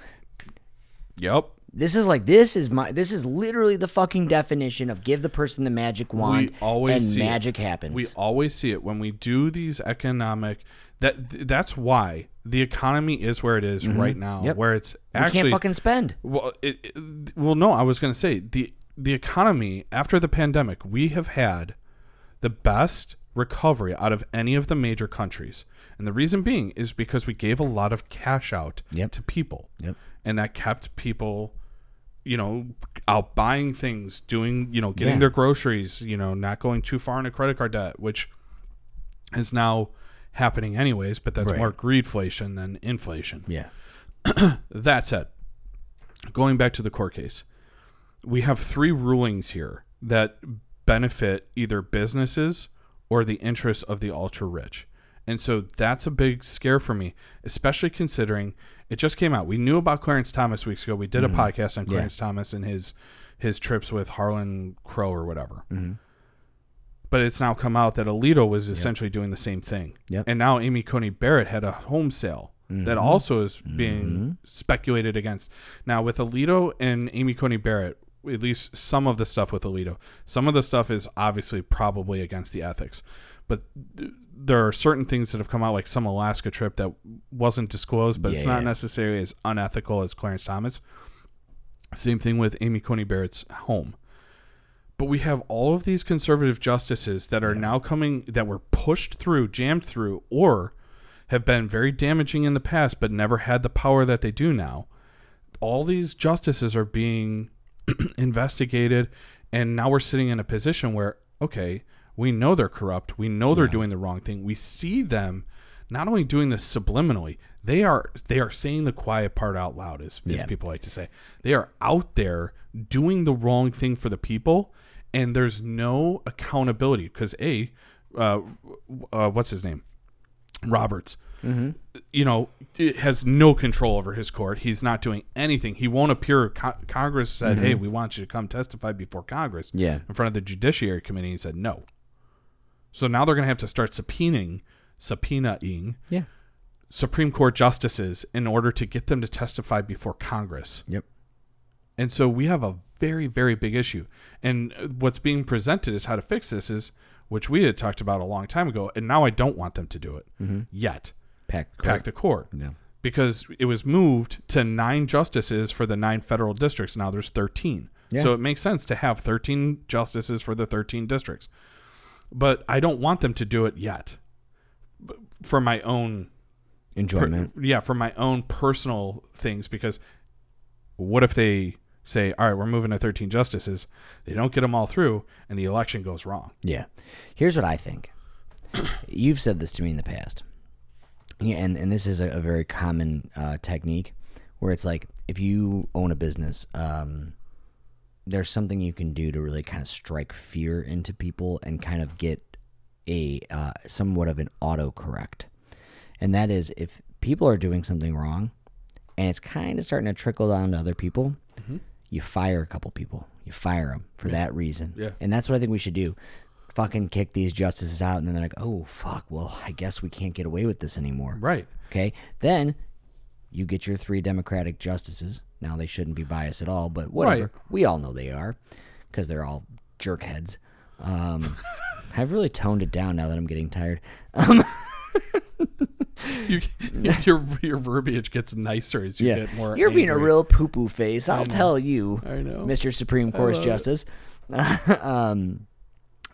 C: yep.
B: This is like this is my this is literally the fucking definition of give the person the magic wand
C: We always
B: and
C: see it.
B: magic happens.
C: We always see it when we do these economic that th- that's why the economy is where it is right now
B: Yep.
C: where it's
B: you can't
C: actually
B: fucking spend.
C: Well, it, it- well, no, I was going to say the the economy after the pandemic, we have had the best recovery out of any of the major countries, and the reason being is because we gave a lot of cash out
B: Yep.
C: to people,
B: Yep.
C: and that kept people, you know, out buying things, doing, you know, getting
B: Yeah.
C: their groceries, you know, not going too far into credit card debt, which is now happening anyways, but that's
B: Right.
C: more greedflation than inflation.
B: Yeah.
C: That said, going back to the court case, we have three rulings here that benefit either businesses or the interests of the ultra rich. And so that's a big scare for me, especially considering it just came out. We knew about Clarence Thomas weeks ago. We did a podcast on Clarence Thomas and his his trips with Harlan Crow or whatever. But it's now come out that Alito was essentially doing the same thing.
B: Yep. Mm-hmm.
C: And now Amy Coney Barrett had a home sale that also is being speculated against. Now, with Alito and Amy Coney Barrett, at least some of the stuff with Alito, some of the stuff is obviously probably against the ethics. But th- there are certain things that have come out, like some Alaska trip that wasn't disclosed, but it's
B: Yeah.
C: not necessarily as unethical as Clarence Thomas. Same thing with Amy Coney Barrett's home. But we have all of these conservative justices that are now coming, that were pushed through, jammed through, or have been very damaging in the past, but never had the power that they do now. All these justices are being investigated, and now we're sitting in a position where, okay, we know they're corrupt. We know they're doing the wrong thing. We see them not only doing this subliminally, they are they are saying the quiet part out loud, as, as people like to say. They are out there doing the wrong thing for the people, and there's no accountability because a, uh, uh, what's his name, Roberts, you know, it has no control over his court. He's not doing anything. He won't appear. Co- Congress said, "Hey, we want you to come testify before Congress."
B: Yeah.
C: in front of the Judiciary Committee, he said no. So now they're going to have to start subpoenaing, subpoenaing
B: Yeah.
C: Supreme Court justices in order to get them to testify before Congress.
B: Yep.
C: And so we have a very, very big issue. And uh, what's being presented is how to fix this is, which we had talked about a long time ago. And now I don't want them to do it yet.
B: Pack the court.
C: Pack the court
B: Yeah.
C: because it was moved to nine justices for the nine federal districts. Now there's 13.
B: Yeah.
C: So it makes sense to have 13 justices for the 13 districts. But I don't want them to do it yet B- for my own
B: Enjoyment.
C: yeah, for my own personal things because what if they say, "All right, we're moving to 13 justices." They don't get them all through and the election goes wrong.
B: Yeah. Here's what I think. You've said this to me in the past. Yeah, and, and this is a, a very common uh, technique where it's like if you own a business, um, there's something you can do to really kind of strike fear into people and kind of get a uh, somewhat of an autocorrect. And that is if people are doing something wrong and it's kind of starting to trickle down to other people, you fire a couple people. You fire them for that reason.
C: Mm-hmm. Yeah.
B: And that's what I think we should do. Fucking kick these justices out, and then they're like, oh, fuck, well, I guess we can't get away with this anymore.
C: Right.
B: Okay. Then you get your three Democratic justices. Now they shouldn't be biased at all, but whatever.
C: Right.
B: We all know they are because they're all jerkheads. Um, I've really toned it down now that I'm getting tired.
C: You, your your verbiage gets nicer as you
B: Yeah.
C: get more
B: You're being a
C: angry.
B: real poo poo face. I'll tell you.
C: I know.
B: Mr. Supreme Court Justice. um,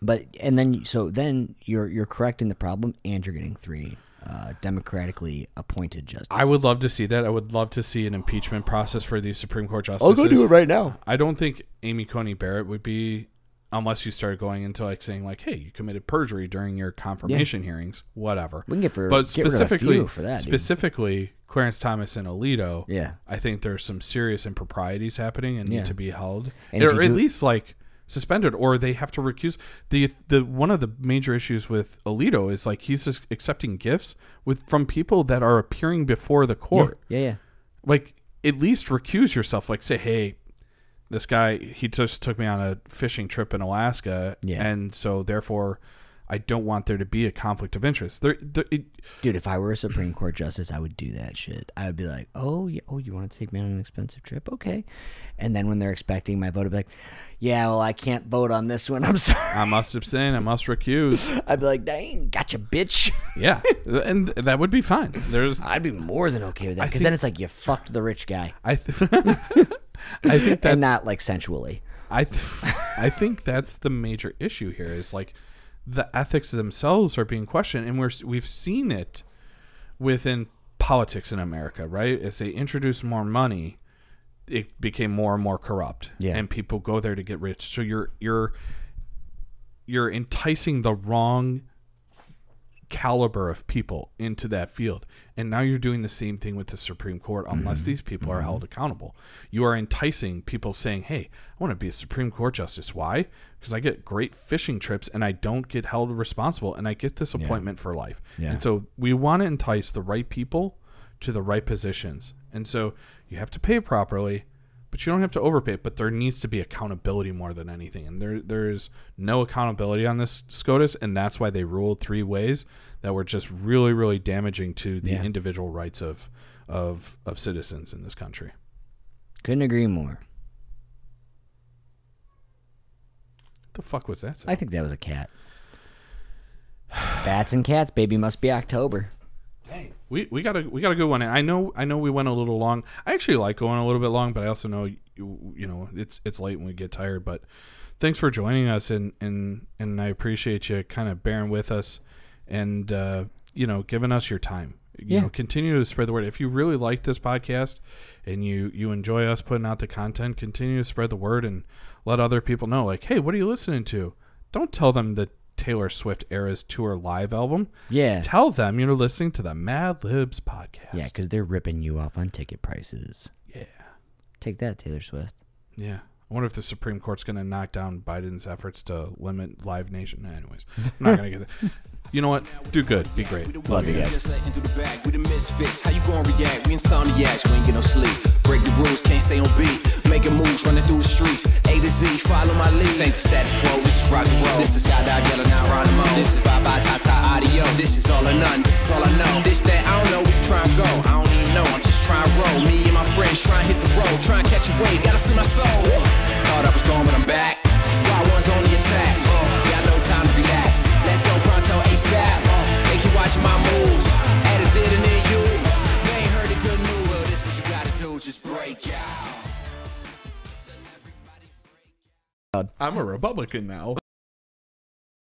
B: but and then so then you're you're correcting the problem and you're getting three uh, democratically appointed justices.
C: I would love to see that. I would love to see an impeachment process for these Supreme Court justices.
B: I'll go do it right now.
C: I don't think Amy Coney Barrett would be unless you start going into like saying like, "Hey, you committed perjury during your confirmation hearings, whatever."
B: We can get for
C: but
B: get rid of a
C: specifically
B: few for that. dude.
C: specifically Clarence Thomas and Alito,
B: Yeah.
C: I think there's some serious improprieties happening and
B: Yeah.
C: need to be held,
B: And if
C: or
B: you
C: at
B: do-
C: least like suspended, or they have to recuse. the the One of the major issues with Alito is like he's just accepting gifts with from people that are appearing before the court.
B: Yeah, yeah.
C: Like at least recuse yourself. Like say, hey, this guy he just took me on a fishing trip in Alaska,
B: Yeah.
C: and so therefore. I don't want there to be a conflict of interest. There, there it,
B: Dude, if I were a Supreme Court justice, I would do that shit. I would be like, "Oh, yeah, oh, you want to take me on an expensive trip? Okay." And then when they're expecting my vote, I'd be like, "Yeah, well, I can't vote on this one. I'm sorry."
C: I must abstain. I must recuse.
B: I'd be like, "Dang, gotcha, bitch."
C: Yeah, and that would be fine. There's,
B: I'd be more than okay with that because
C: think-
B: then it's like you fucked the rich guy,
C: I, th- I think that's,
B: and not like sensually.
C: I, th- I think that's the major issue here. Is like the ethics themselves are being questioned, and we're we've seen it within politics in America, right? As they introduce more money, it became more and more corrupt,
B: Yeah.
C: and people go there to get rich. So you're you're you're enticing the wrong caliber of people into that field. And now you're doing the same thing with the Supreme Court unless these people are held accountable. You are enticing people saying, "Hey, I want to be a Supreme Court justice. Why? Because I get great fishing trips and I don't get held responsible and I get this appointment for life."
B: Yeah.
C: And so we want to entice the right people to the right positions. And so you have to pay properly, but you don't have to overpay. But there needs to be accountability more than anything. And there there is no accountability on this SCOTUS, and that's why they ruled three ways that were just really, really damaging to the
B: Yeah.
C: individual rights of of of citizens in this country.
B: Couldn't agree more.
C: The fuck was that?
B: I think that was a cat. Bats and cats, baby, must be October.
C: Dang. We, we got a we got a good one. And I know I know we went a little long. I actually like going a little bit long, but I also know you, you know it's it's late and we get tired. But thanks for joining us, and and and I appreciate you kind of bearing with us, and uh, you know giving us your time. You
B: Yeah.
C: know, continue to spread the word. If you really like this podcast and you you enjoy us putting out the content, continue to spread the word and let other people know. Like, hey, what are you listening to? Don't tell them the Taylor Swift Eras Tour live album
B: Yeah,
C: tell them you're listening to the Mad Libs podcast.
B: yeah, because they're ripping you off on ticket prices.
C: yeah.
B: Take that, Taylor Swift.
C: Yeah. I wonder if the Supreme Court's going to knock down Biden's efforts to limit Live Nation. Anyways, I'm not going to get that. You know what? Do good. Be great.
B: Love you guys.
A: Just letting through the back. We the misfits. How you gonna react? We insomniacs. We ain't get no sleep. Break the rules. Can't stay on beat. Making moves. Running through the streets. A to Z. Follow my lead. This ain't the status quo. This is rock and roll. This is skydive yelling out Geronimo. This is bye bye ta ta audio. This is all or none. This is all I know. This that I don't know. We try and go. I don't even know. I'm just trying to roll. Me and my friends trying to hit the road. Trying to catch a wave. Gotta free my soul. Thought I was gone, but I'm back. Wild ones on the attack. Uh, got no time to relax. Let's go pronto ASAP. Uh, they keep watching my moves. At a theater near you. You ain't heard the good news. Well, this what you gotta do. Just break out. Tell everybody break out.
C: I'm a Republican now.